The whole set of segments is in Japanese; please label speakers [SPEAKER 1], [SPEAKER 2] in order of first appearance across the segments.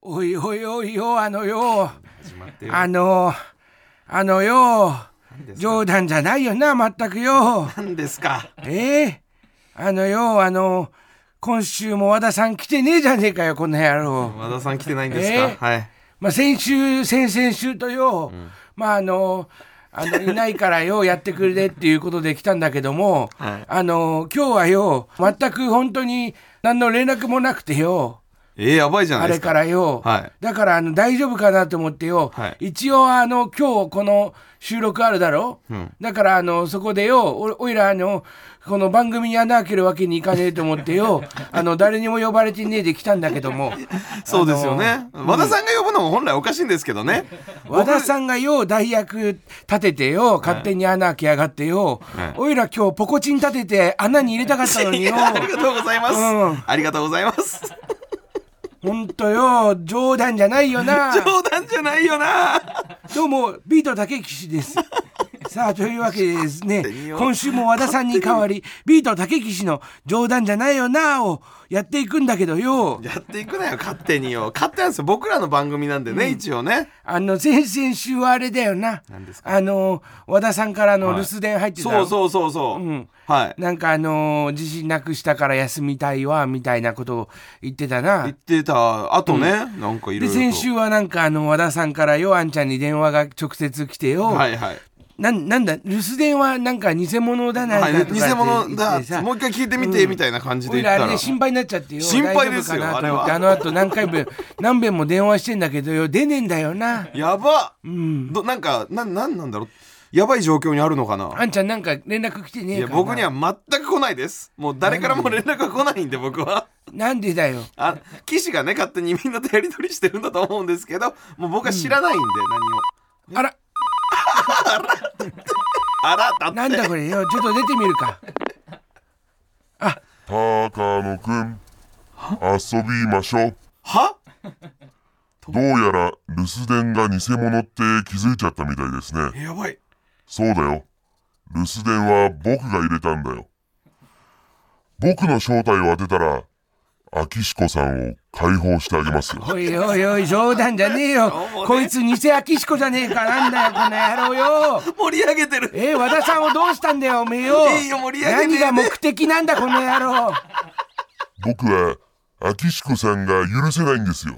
[SPEAKER 1] おいおいおいよ、あのよ、
[SPEAKER 2] 始まってる
[SPEAKER 1] あの、あのよ、
[SPEAKER 2] 何ですか
[SPEAKER 1] 冗談じゃないよな、全くよ。
[SPEAKER 2] 何ですか
[SPEAKER 1] ええあのよ、あの、今週も和田さん来てねえじゃねえかよ、この野郎。
[SPEAKER 2] 和田さん来てないんですか、
[SPEAKER 1] えー
[SPEAKER 2] はい
[SPEAKER 1] まあ、先週、先々週とよ、まあ、あの、あの、いないから よ、やってくれっていうことで来たんだけども、
[SPEAKER 2] はい
[SPEAKER 1] あの、今日はよ、全く本当に何の連絡もなくてよ、
[SPEAKER 2] えー、やばいじゃな
[SPEAKER 1] あ
[SPEAKER 2] いで
[SPEAKER 1] れ
[SPEAKER 2] すか
[SPEAKER 1] からよ、
[SPEAKER 2] はい
[SPEAKER 1] だからあの大丈夫かなと思ってよ、
[SPEAKER 2] はい
[SPEAKER 1] 一応あの今日この収録あるだろ、
[SPEAKER 2] うん
[SPEAKER 1] だからあのそこでよおおいらあのこの番組に穴開けるわけにいかねえと思って よあの誰にも呼ばれてねえで来たんだけども
[SPEAKER 2] そうですよね、和田さんが呼ぶのも本来おかしいんですけどね、
[SPEAKER 1] 和田さんがよ代役立ててよ勝手に穴開けやがってよ、
[SPEAKER 2] はい
[SPEAKER 1] おいら今日ポコチン立てて穴に入れたかったの によ
[SPEAKER 2] ありがとうございます、
[SPEAKER 1] うん
[SPEAKER 2] ありがとうございます
[SPEAKER 1] ほんとよ冗談じゃないよな
[SPEAKER 2] 冗談じゃないよな
[SPEAKER 1] どうもビートたけきし です。さあというわけでですね
[SPEAKER 2] 手によ
[SPEAKER 1] 今週も和田さんに代わりビートたけきしの「冗談じゃないよな」をやっていくんだけどよ
[SPEAKER 2] やっていくなよ勝手によ勝手なんですよ僕らの番組なんでね、一応ね
[SPEAKER 1] あの先々週はあれだよな
[SPEAKER 2] 何です
[SPEAKER 1] あの和田さんからの
[SPEAKER 2] は
[SPEAKER 1] 留
[SPEAKER 2] い
[SPEAKER 1] 守電入ってた
[SPEAKER 2] そう
[SPEAKER 1] の
[SPEAKER 2] そうそうそう、
[SPEAKER 1] ん
[SPEAKER 2] はい
[SPEAKER 1] なんかあのー自信なくしたから休みたいわみたいなことを言ってたな
[SPEAKER 2] 言ってたあとね、なんかいろ
[SPEAKER 1] で
[SPEAKER 2] いろと
[SPEAKER 1] 先週はなんかあの和田さんからよあんちゃんに電話が直接来てよ、
[SPEAKER 2] はいはい
[SPEAKER 1] なんなんだ留守電はなんか偽物だな
[SPEAKER 2] はい、
[SPEAKER 1] なんとかって言って
[SPEAKER 2] 偽物だ
[SPEAKER 1] さ
[SPEAKER 2] もう一回聞いてみて、みたいな感じで
[SPEAKER 1] おい
[SPEAKER 2] 言っ
[SPEAKER 1] ら
[SPEAKER 2] た
[SPEAKER 1] あれ
[SPEAKER 2] ら
[SPEAKER 1] で心配になっちゃってよ
[SPEAKER 2] 心配ですよ
[SPEAKER 1] 大丈夫かなと思って
[SPEAKER 2] あ
[SPEAKER 1] あ
[SPEAKER 2] れ
[SPEAKER 1] の後何回も何遍も電話してんだけどよ出ねえんだよな
[SPEAKER 2] やば、
[SPEAKER 1] ん
[SPEAKER 2] どなんかなんなんなんだろうやばい状況にあるのかな
[SPEAKER 1] あんちゃんなんか連絡来てね
[SPEAKER 2] い
[SPEAKER 1] えか
[SPEAKER 2] や
[SPEAKER 1] な
[SPEAKER 2] 僕には全く来ないですもう誰からも連絡が来ないんで僕は
[SPEAKER 1] なんでだよ
[SPEAKER 2] あ騎士がね勝手にみんなとやり取りしてるんだと思うんですけどもう僕は知らないんで、何を
[SPEAKER 1] あら
[SPEAKER 2] あらだって
[SPEAKER 1] なんだこれよちょっと出てみるか
[SPEAKER 3] 高野くん、遊びましょう。
[SPEAKER 2] は
[SPEAKER 3] どうやら留守電が偽物って気づいちゃったみたいですね。
[SPEAKER 2] やばい
[SPEAKER 3] そうだよ。留守電は僕が入れたんだよ。僕の正体を当てたら、アキシコさんを解放してあげますよ。
[SPEAKER 1] おいおいおい冗談じゃねえよ
[SPEAKER 2] うもね
[SPEAKER 1] こいつ偽アキシコじゃねえかなんだよこの野郎よ
[SPEAKER 2] 盛り上げてる
[SPEAKER 1] えー、和田さんをどうしたんだよおめえよ
[SPEAKER 2] いいよ盛り上げて
[SPEAKER 1] 何が目的なんだこの野郎
[SPEAKER 3] 僕は、アキシコさんが許せないんですよ。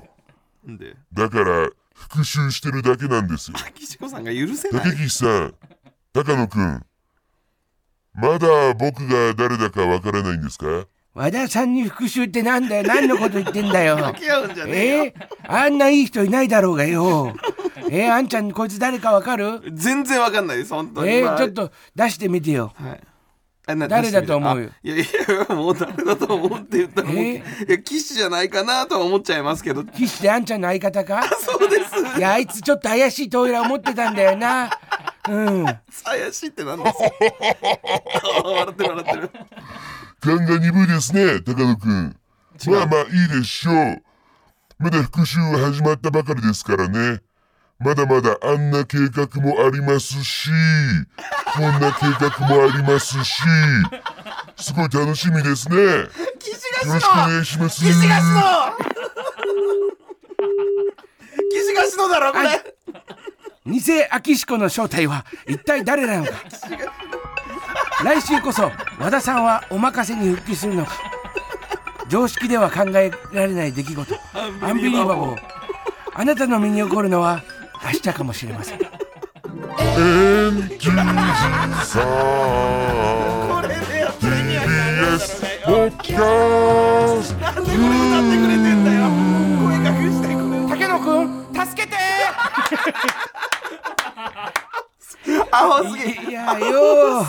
[SPEAKER 2] なんで
[SPEAKER 3] だから、復讐してるだけなんですよ。
[SPEAKER 2] 岸子さんが許せない
[SPEAKER 3] 竹岸さん、高野くん、まだ僕が誰だかわからないんですか
[SPEAKER 1] 和田さんに復讐ってなんだよ何のこと言ってんだよ
[SPEAKER 2] 付き合うんじゃねえよ、
[SPEAKER 1] えー、あんないい人いないだろうがよ。えー、あんちゃんこいつ誰かわかる
[SPEAKER 2] 全然わかんないです本当に、
[SPEAKER 1] え
[SPEAKER 2] ま
[SPEAKER 1] ー、
[SPEAKER 2] あ
[SPEAKER 1] ちょっと出してみてよ。
[SPEAKER 2] はい。あな
[SPEAKER 1] 誰だと思うよ
[SPEAKER 2] 出してみてあいやいやもう誰だと思うって言ったらもう、
[SPEAKER 1] え
[SPEAKER 2] いや騎士じゃないかなとは思っちゃいますけど
[SPEAKER 1] 岸であんちゃんの相方か
[SPEAKER 2] そうです
[SPEAKER 1] いや、あいつちょっと怪しいトイレ思ってたんだよな。うん。
[SPEAKER 2] 怪しいってなんですか 笑ってる笑ってる
[SPEAKER 3] 勘が鈍いですね、高野くん。まあまあいいでしょう。まだ復讐は始まったばかりですからね。まだまだあんな計画もありますし、こんな計画もありますし、すごい楽しみですね。よ
[SPEAKER 2] 騎士
[SPEAKER 3] ろ
[SPEAKER 2] が
[SPEAKER 3] しくお
[SPEAKER 2] しの
[SPEAKER 3] 願いします。
[SPEAKER 2] 騎士がしの騎士がしのだろこれ
[SPEAKER 1] あ偽アキシコの正体は一体誰 なのか。来週こそ和田さんはお任せに復帰するのか。常識では考えられない出来事。アンビリーバボー。あなたの身に起こるのは明日かもしれません。
[SPEAKER 3] NGG3
[SPEAKER 2] これでやってる意味わかんない
[SPEAKER 3] TBS ポッキャスト
[SPEAKER 2] なんでこれ歌ってくれてんだよ声隠してこれ
[SPEAKER 1] 竹野くん助けて
[SPEAKER 2] アホすぎ
[SPEAKER 1] いやよ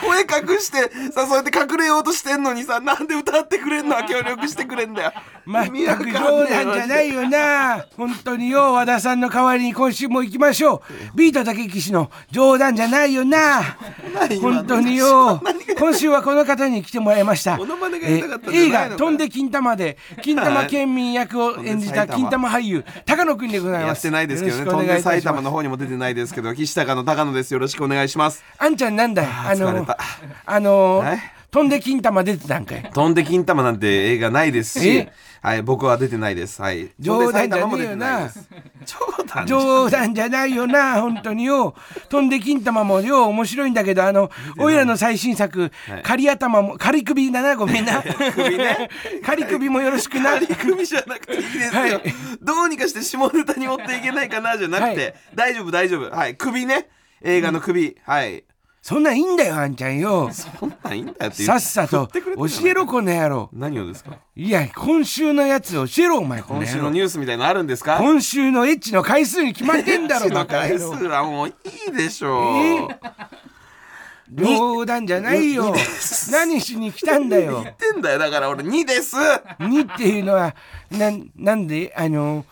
[SPEAKER 2] 声隠してさそうやって隠れようとしてんのにさなんで歌ってくれんの協力してくれんだよ
[SPEAKER 1] まっ
[SPEAKER 2] 意味わ
[SPEAKER 1] た
[SPEAKER 2] かん
[SPEAKER 1] く
[SPEAKER 2] ねえ
[SPEAKER 1] 冗談じゃないよな本当によ和田さんの代わりに今週も行きましょうビートたけきしの冗談じゃないよな
[SPEAKER 2] マジで
[SPEAKER 1] 本当によ今週はこの方に来てもらいました
[SPEAKER 2] モノマネが言いたかったんじゃない
[SPEAKER 1] 映
[SPEAKER 2] のか
[SPEAKER 1] 画「飛んで金玉」で金玉県民役を演じた金玉俳優高野くんでござい
[SPEAKER 2] や
[SPEAKER 1] ま
[SPEAKER 2] っ
[SPEAKER 1] す
[SPEAKER 2] てないですけどね
[SPEAKER 1] よろしく
[SPEAKER 2] 飛
[SPEAKER 1] お
[SPEAKER 2] ん
[SPEAKER 1] 願い
[SPEAKER 2] で
[SPEAKER 1] いたします
[SPEAKER 2] 埼玉の方にも出てないですけど岸高の高野ですよろしくお願いします
[SPEAKER 1] あんちゃんなんだよ
[SPEAKER 2] あー
[SPEAKER 1] あの
[SPEAKER 2] 疲れた
[SPEAKER 1] あの
[SPEAKER 2] はい
[SPEAKER 1] 飛んで金玉出てたんかい
[SPEAKER 2] 飛んで金玉なんて映画ないですし
[SPEAKER 1] え、
[SPEAKER 2] はい、僕は出てないです。はい。
[SPEAKER 1] 冗談じゃねえよな
[SPEAKER 2] 飛んで埼玉も出てないです。冗談じゃ
[SPEAKER 1] 冗談じゃないよ な本当によ飛んで金玉もよ面白いんだけどあのおいらの最新作
[SPEAKER 2] はい
[SPEAKER 1] 仮頭も仮首 だなごめんな
[SPEAKER 2] 首 ね
[SPEAKER 1] 仮首もよろしくな
[SPEAKER 2] 仮組じゃなくていいですよ、
[SPEAKER 1] はい
[SPEAKER 2] どうにかして下ネタに持っていけないかなじゃなくて、
[SPEAKER 1] はい
[SPEAKER 2] 大丈夫大丈夫はい首ね映画の首、はい
[SPEAKER 1] そんなんいいんだよあんちゃんよ
[SPEAKER 2] そんなんいいんだよって
[SPEAKER 1] さっさと
[SPEAKER 2] 振ってくれてんじゃない
[SPEAKER 1] 教えろこの野郎
[SPEAKER 2] 何をですか
[SPEAKER 1] いや今週のやつ教えろお前この
[SPEAKER 2] 今週
[SPEAKER 1] 野
[SPEAKER 2] の
[SPEAKER 1] 郎
[SPEAKER 2] ニュースみたいのあるんですか
[SPEAKER 1] 今週のエッチの回数に決まってん だろバカ野
[SPEAKER 2] 数
[SPEAKER 1] 郎
[SPEAKER 2] はもういいでしょう、
[SPEAKER 1] 冗談じゃないよ何しに来たんだよ
[SPEAKER 2] 言ってんだよだから俺2です
[SPEAKER 1] 2っていうのはななんであの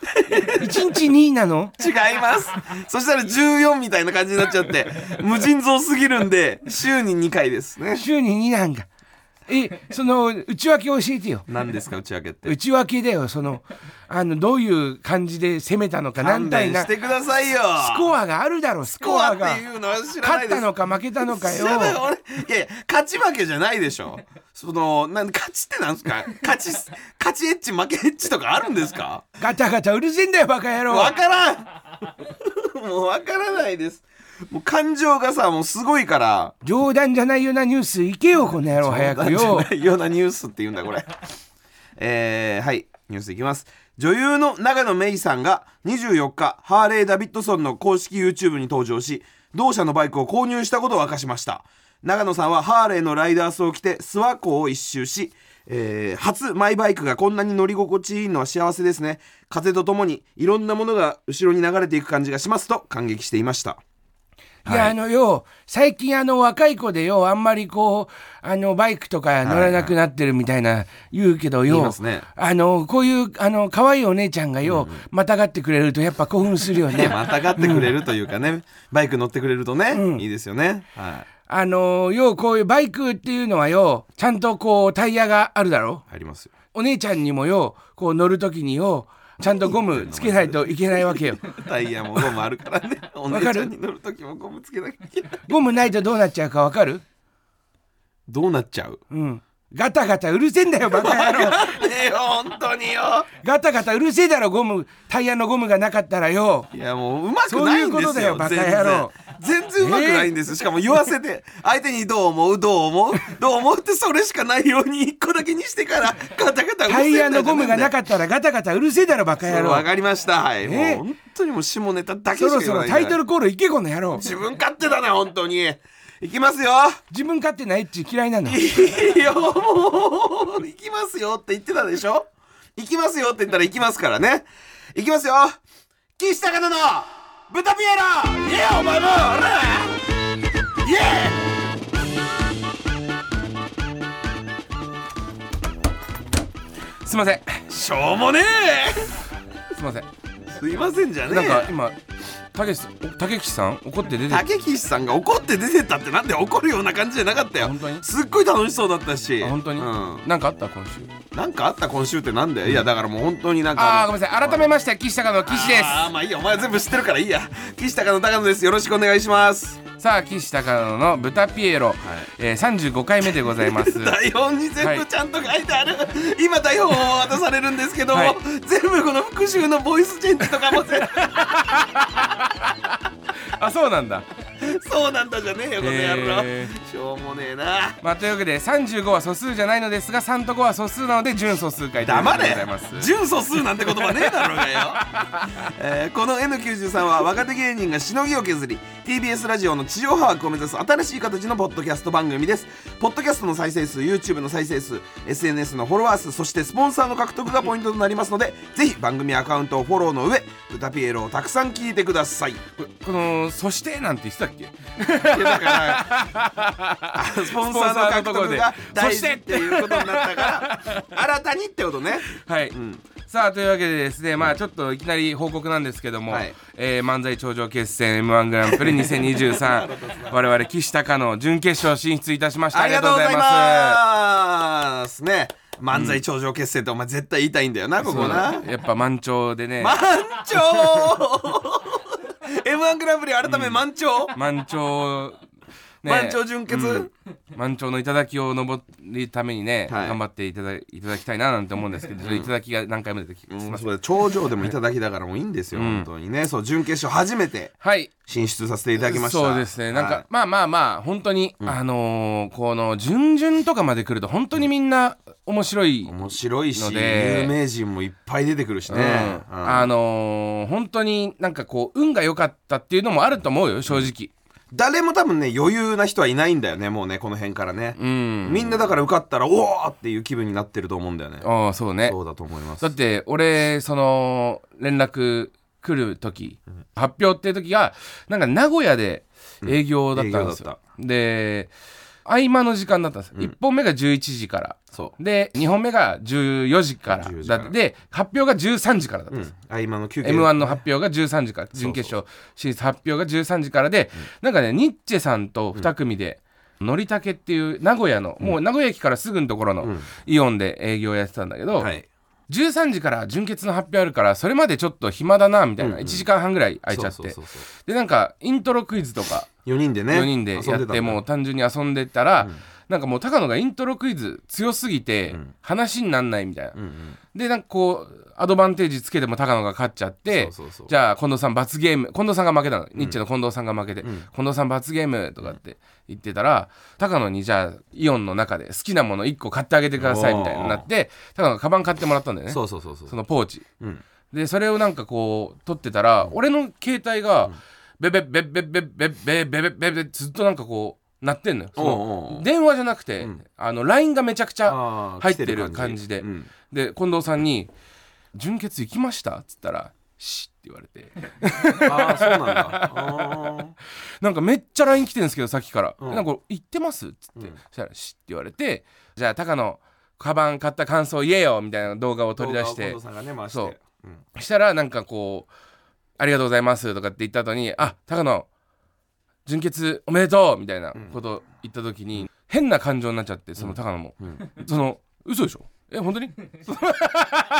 [SPEAKER 1] 1日2なの
[SPEAKER 2] 違いますそしたら14みたいな感じになっちゃって無尽蔵すぎるんで週に2回ですね
[SPEAKER 1] 週に2なんだえその内訳教えてよ
[SPEAKER 2] 何ですか打ち上げって
[SPEAKER 1] 内訳だよそのあのどういう感じで攻めたのか何
[SPEAKER 2] 勘
[SPEAKER 1] 対
[SPEAKER 2] 弁
[SPEAKER 1] な
[SPEAKER 2] し
[SPEAKER 1] ス
[SPEAKER 2] てくださいよ
[SPEAKER 1] コアがあるだろス
[SPEAKER 2] スコ
[SPEAKER 1] コ
[SPEAKER 2] ア
[SPEAKER 1] ア
[SPEAKER 2] っ
[SPEAKER 1] が
[SPEAKER 2] ていうのは知らな
[SPEAKER 1] 勝
[SPEAKER 2] い
[SPEAKER 1] っ
[SPEAKER 2] で
[SPEAKER 1] た
[SPEAKER 2] す
[SPEAKER 1] のか負けたのか
[SPEAKER 2] 知
[SPEAKER 1] よ
[SPEAKER 2] らない俺いやいや勝ち負けじゃないでしょそのなん勝ちってなんですか勝ち勝ちエッチ負けエッチとかあるんですか
[SPEAKER 1] ガタガタうるせえんだよバカ野郎
[SPEAKER 2] わからんもうわからないですもう感情がさもうすごいから
[SPEAKER 1] 冗談じゃないようなニュース行けよこの野郎早く
[SPEAKER 2] 冗
[SPEAKER 1] よ
[SPEAKER 2] 談じゃないようなニュースって言うんだこれえー、はいニュースいきます女優の永野芽郁さんが24日ハーレー・ダビッドソンの公式 YouTube に登場し同社のバイクを購入したことを明かしました永野さんはハーレーのライダースを着て諏訪湖を一周し、えー初マイバイクがこんなに乗り心地いいのは幸せですね風とともにいろんなものが後ろに流れていく感じがしますと感激していました
[SPEAKER 1] いや、あのよ、最近あの若い子でよ、あんまりこう、あのバイクとか乗らなくなってるみたいな言うけど
[SPEAKER 2] 言い
[SPEAKER 1] よ
[SPEAKER 2] ます、ね
[SPEAKER 1] あの、こういう、あの、可愛いお姉ちゃんがよ、またがってくれるとやっぱ興奮する よね。
[SPEAKER 2] またがってくれるというかね、バイク乗ってくれるとね、いいですよね。はい。
[SPEAKER 1] あの、よ、こういうバイクっていうのはよ、ちゃんとこうタイヤがあるだろ
[SPEAKER 2] ありますよ。
[SPEAKER 1] お姉ちゃんにもよ、こう乗るときによ、ちゃんとゴムつけないといけないわけよ。
[SPEAKER 2] タイヤもゴムあるから ね。お姉ちゃんに乗るときもゴムつけなきゃいけない。
[SPEAKER 1] ゴムないとどうなっちゃうかわかる
[SPEAKER 2] どうなっちゃう
[SPEAKER 1] うん。ガタガタうるせえんだよ、バカ野郎。
[SPEAKER 2] えよ、本当によ。
[SPEAKER 1] ガタガタうるせえだろゴムタイヤのゴムがなかったらよ
[SPEAKER 2] いや、もううまくないんです
[SPEAKER 1] そうい
[SPEAKER 2] よ。
[SPEAKER 1] うことだよバカ野郎
[SPEAKER 2] 全然。全然うまくないんです。しかも言わせて、相手にどう思う、どう思う、どう思うってそれしかないように一個だけにしてから、ガタガタ
[SPEAKER 1] タイヤのゴムがな
[SPEAKER 2] っ
[SPEAKER 1] かったらガタガタうるせえだろバカ野
[SPEAKER 2] わ
[SPEAKER 1] 郎
[SPEAKER 2] かりました。はい。も
[SPEAKER 1] え
[SPEAKER 2] う本当にもう下ネタだけし
[SPEAKER 1] そ
[SPEAKER 2] か言わ
[SPEAKER 1] ろ
[SPEAKER 2] ない
[SPEAKER 1] そろタイトルコールいけこの野郎
[SPEAKER 2] 自分勝手だな、本当に。いきますよ。
[SPEAKER 1] 自分勝手なエッチ嫌 いなの
[SPEAKER 2] いいよもう行きますよって言ってたでしょ行きますよって言ったら行きますからね行きますよ岸高野の豚ピエロイエーお前もおらイエ
[SPEAKER 1] すいません
[SPEAKER 2] ーしょうもね
[SPEAKER 1] すいません
[SPEAKER 2] えすいませんじゃね
[SPEAKER 1] なんか
[SPEAKER 2] え
[SPEAKER 1] 今たけしたけきさん怒って出てあ
[SPEAKER 2] 竹岸さんが怒って出てったってなんで怒るような感じじゃなかったよ
[SPEAKER 1] 本当に
[SPEAKER 2] すっごい楽しそうだったし
[SPEAKER 1] 本当に、
[SPEAKER 2] うん、
[SPEAKER 1] なんかあった今週
[SPEAKER 2] なんかあった今週ってなんでいやだからもう本当になんか
[SPEAKER 1] あーごめんなさい改めまして岸高の岸です
[SPEAKER 2] あーまあいいやお前全部知ってるからいいや岸高野高野ですよろしくお願いします
[SPEAKER 1] さあ岸高野の豚ピエロ、えー、35回目でございます
[SPEAKER 2] 台本に全部ちゃんと書いてある、今台本を渡されるんですけど、
[SPEAKER 1] はい
[SPEAKER 2] 全部この復習のボイスチェンジとかも 全部
[SPEAKER 1] あそうなんだ
[SPEAKER 2] そうなんだじゃねえよこの野郎、
[SPEAKER 1] え
[SPEAKER 2] しょうもねえな
[SPEAKER 1] まあ、というわけで35は素数じゃないのですが3と5は素数なので純素数回というこ
[SPEAKER 2] 黙
[SPEAKER 1] とで
[SPEAKER 2] れ
[SPEAKER 1] ございます
[SPEAKER 2] 純素数なんて言葉ねえだろうがよ、えーこの N93 は若手芸人がしのぎを削り TBS ラジオの地上波枠を目指す新しい形のポッドキャスト番組ですポッドキャストの再生数 YouTube の再生数 SNS のフォロワー数そしてスポンサーの獲得がポイントとなりますのでぜひ番組アカウントをフォローの上「豚ピエロ」をたくさん聞いてく ださい
[SPEAKER 1] ここの「そして」なんて言ってたっけ
[SPEAKER 2] いやだからスポンサーの獲得が大事っていうことになっ たから新たにってことね
[SPEAKER 1] はい、
[SPEAKER 2] ん
[SPEAKER 1] さあというわけでですねまあちょっといきなり報告なんですけども、
[SPEAKER 2] はい
[SPEAKER 1] えー漫才頂上決戦 m 1グランプリ2023 我々岸高野準決勝進出いたしました
[SPEAKER 2] あ
[SPEAKER 1] あ
[SPEAKER 2] り
[SPEAKER 1] り
[SPEAKER 2] が
[SPEAKER 1] が
[SPEAKER 2] と
[SPEAKER 1] と
[SPEAKER 2] う
[SPEAKER 1] う
[SPEAKER 2] ご
[SPEAKER 1] ご
[SPEAKER 2] ざ
[SPEAKER 1] ざい
[SPEAKER 2] い
[SPEAKER 1] ま
[SPEAKER 2] ます。ね、漫才頂上決戦ってお前絶対言いたいんだよな、こ
[SPEAKER 1] す
[SPEAKER 2] こな。
[SPEAKER 1] そうやっぱ満潮でね、
[SPEAKER 2] 満潮 M1 グランプリ改め満潮、
[SPEAKER 1] 満潮ね
[SPEAKER 2] 満潮純潔、
[SPEAKER 1] うん満潮の頂を登るためにね、
[SPEAKER 2] はい
[SPEAKER 1] 頑張っていただいただきたいななんて思うんですけど、それ頂が何回も出てきて、
[SPEAKER 2] う
[SPEAKER 1] すい
[SPEAKER 2] ん
[SPEAKER 1] ません
[SPEAKER 2] そうだ頂上でもいただきだからもういいんですよ、本当にねそう準決勝初めて
[SPEAKER 1] はい
[SPEAKER 2] 進出させていただきました
[SPEAKER 1] そうですねなんか、
[SPEAKER 2] はい
[SPEAKER 1] まあまあまあ本当に、あのーこの準々とかまで来ると本当にみんな面白い、
[SPEAKER 2] 面白いし
[SPEAKER 1] ので
[SPEAKER 2] 有名人もいっぱい出てくるしね、
[SPEAKER 1] うん
[SPEAKER 2] うん
[SPEAKER 1] あのー本当になんかこう運が良かったっていうのもあると思うよ正直
[SPEAKER 2] 誰も多分ね余裕な人はいないんだよねもうねこの辺からね、
[SPEAKER 1] うん、
[SPEAKER 2] みんなだから受かったらおーっていう気分になってると思うんだよね
[SPEAKER 1] ああそうね
[SPEAKER 2] そうだと思います
[SPEAKER 1] だって俺その連絡来る時発表っていう時がなんか名古屋で営業だったんです
[SPEAKER 2] うん営
[SPEAKER 1] よ、で合間の時間だったんです、一1本目が11時から
[SPEAKER 2] そう
[SPEAKER 1] で2本目が14時から
[SPEAKER 2] 14時
[SPEAKER 1] だ
[SPEAKER 2] か
[SPEAKER 1] っ
[SPEAKER 2] ら
[SPEAKER 1] てで発表が13時からだったん
[SPEAKER 2] う
[SPEAKER 1] で
[SPEAKER 2] ん
[SPEAKER 1] す、
[SPEAKER 2] 合間の休憩
[SPEAKER 1] m 1の発表が13時から準決勝進出発表が13時からで、なんかねニッチェさんと2組で、のりたけっていう名古屋の、もう名古屋駅からすぐのところのイオンで営業やってたんだけど、
[SPEAKER 2] はい
[SPEAKER 1] 13時から純潔の発表あるからそれまでちょっと暇だなみたいな、1時間半ぐらい空いちゃって
[SPEAKER 2] そうそうそうそ
[SPEAKER 1] でなんかイントロクイズとか
[SPEAKER 2] う4人でね
[SPEAKER 1] 4人でや
[SPEAKER 2] 遊ん
[SPEAKER 1] っ
[SPEAKER 2] だんだ
[SPEAKER 1] てもう単純に遊んでたら、なんかもう高野がイントロクイズ強すぎて話になんないみたいな、
[SPEAKER 2] うんうん
[SPEAKER 1] でなんかこうアドバンテージつけても高野が勝っちゃって
[SPEAKER 2] そうそうそう
[SPEAKER 1] じゃあ近藤さん罰ゲーム近藤さんが負けたのニッチェの近藤さんが負けて、
[SPEAKER 2] ん
[SPEAKER 1] 近藤さん罰ゲームとかって言ってたら高野にじゃあイオンの中で好きなもの1個買ってあげてくださいみたいになって高野がカバン買ってもらったんだよね
[SPEAKER 2] そうそうそうそう
[SPEAKER 1] そのポーチ
[SPEAKER 2] うん
[SPEAKER 1] でそれをなんかこう取ってたら俺の携帯がベベベベベベベベベベベずっとなんかこう鳴ってんのよそ
[SPEAKER 2] おうおうお
[SPEAKER 1] の
[SPEAKER 2] う
[SPEAKER 1] 電話じゃなくて
[SPEAKER 2] ん
[SPEAKER 1] あの LINE がめちゃくちゃ
[SPEAKER 2] あー
[SPEAKER 1] 入ってる感じで
[SPEAKER 2] うん
[SPEAKER 1] で近藤さんに「純潔行きました?」っつったら「シッ」って言われて
[SPEAKER 2] ああそうなん だあ
[SPEAKER 1] なんかめっちゃ LINE 来てるんですけどさっきから「
[SPEAKER 2] うん
[SPEAKER 1] なんか行ってます?」っつって
[SPEAKER 2] うん
[SPEAKER 1] そしたら「シッ」って言われて「じゃあ高野カバン買った感想言えよ」みたいな動画を
[SPEAKER 2] ー
[SPEAKER 1] 取り出し
[SPEAKER 2] 動
[SPEAKER 1] て
[SPEAKER 2] 画を近藤さんがね回して
[SPEAKER 1] そう
[SPEAKER 2] うん
[SPEAKER 1] したらなんかこう「ありがとうございます」とかって言った後に「あ高野純潔おめでとう」みたいなこと言った時に、変な感情になっちゃってその高野も、その嘘でしょえ本当に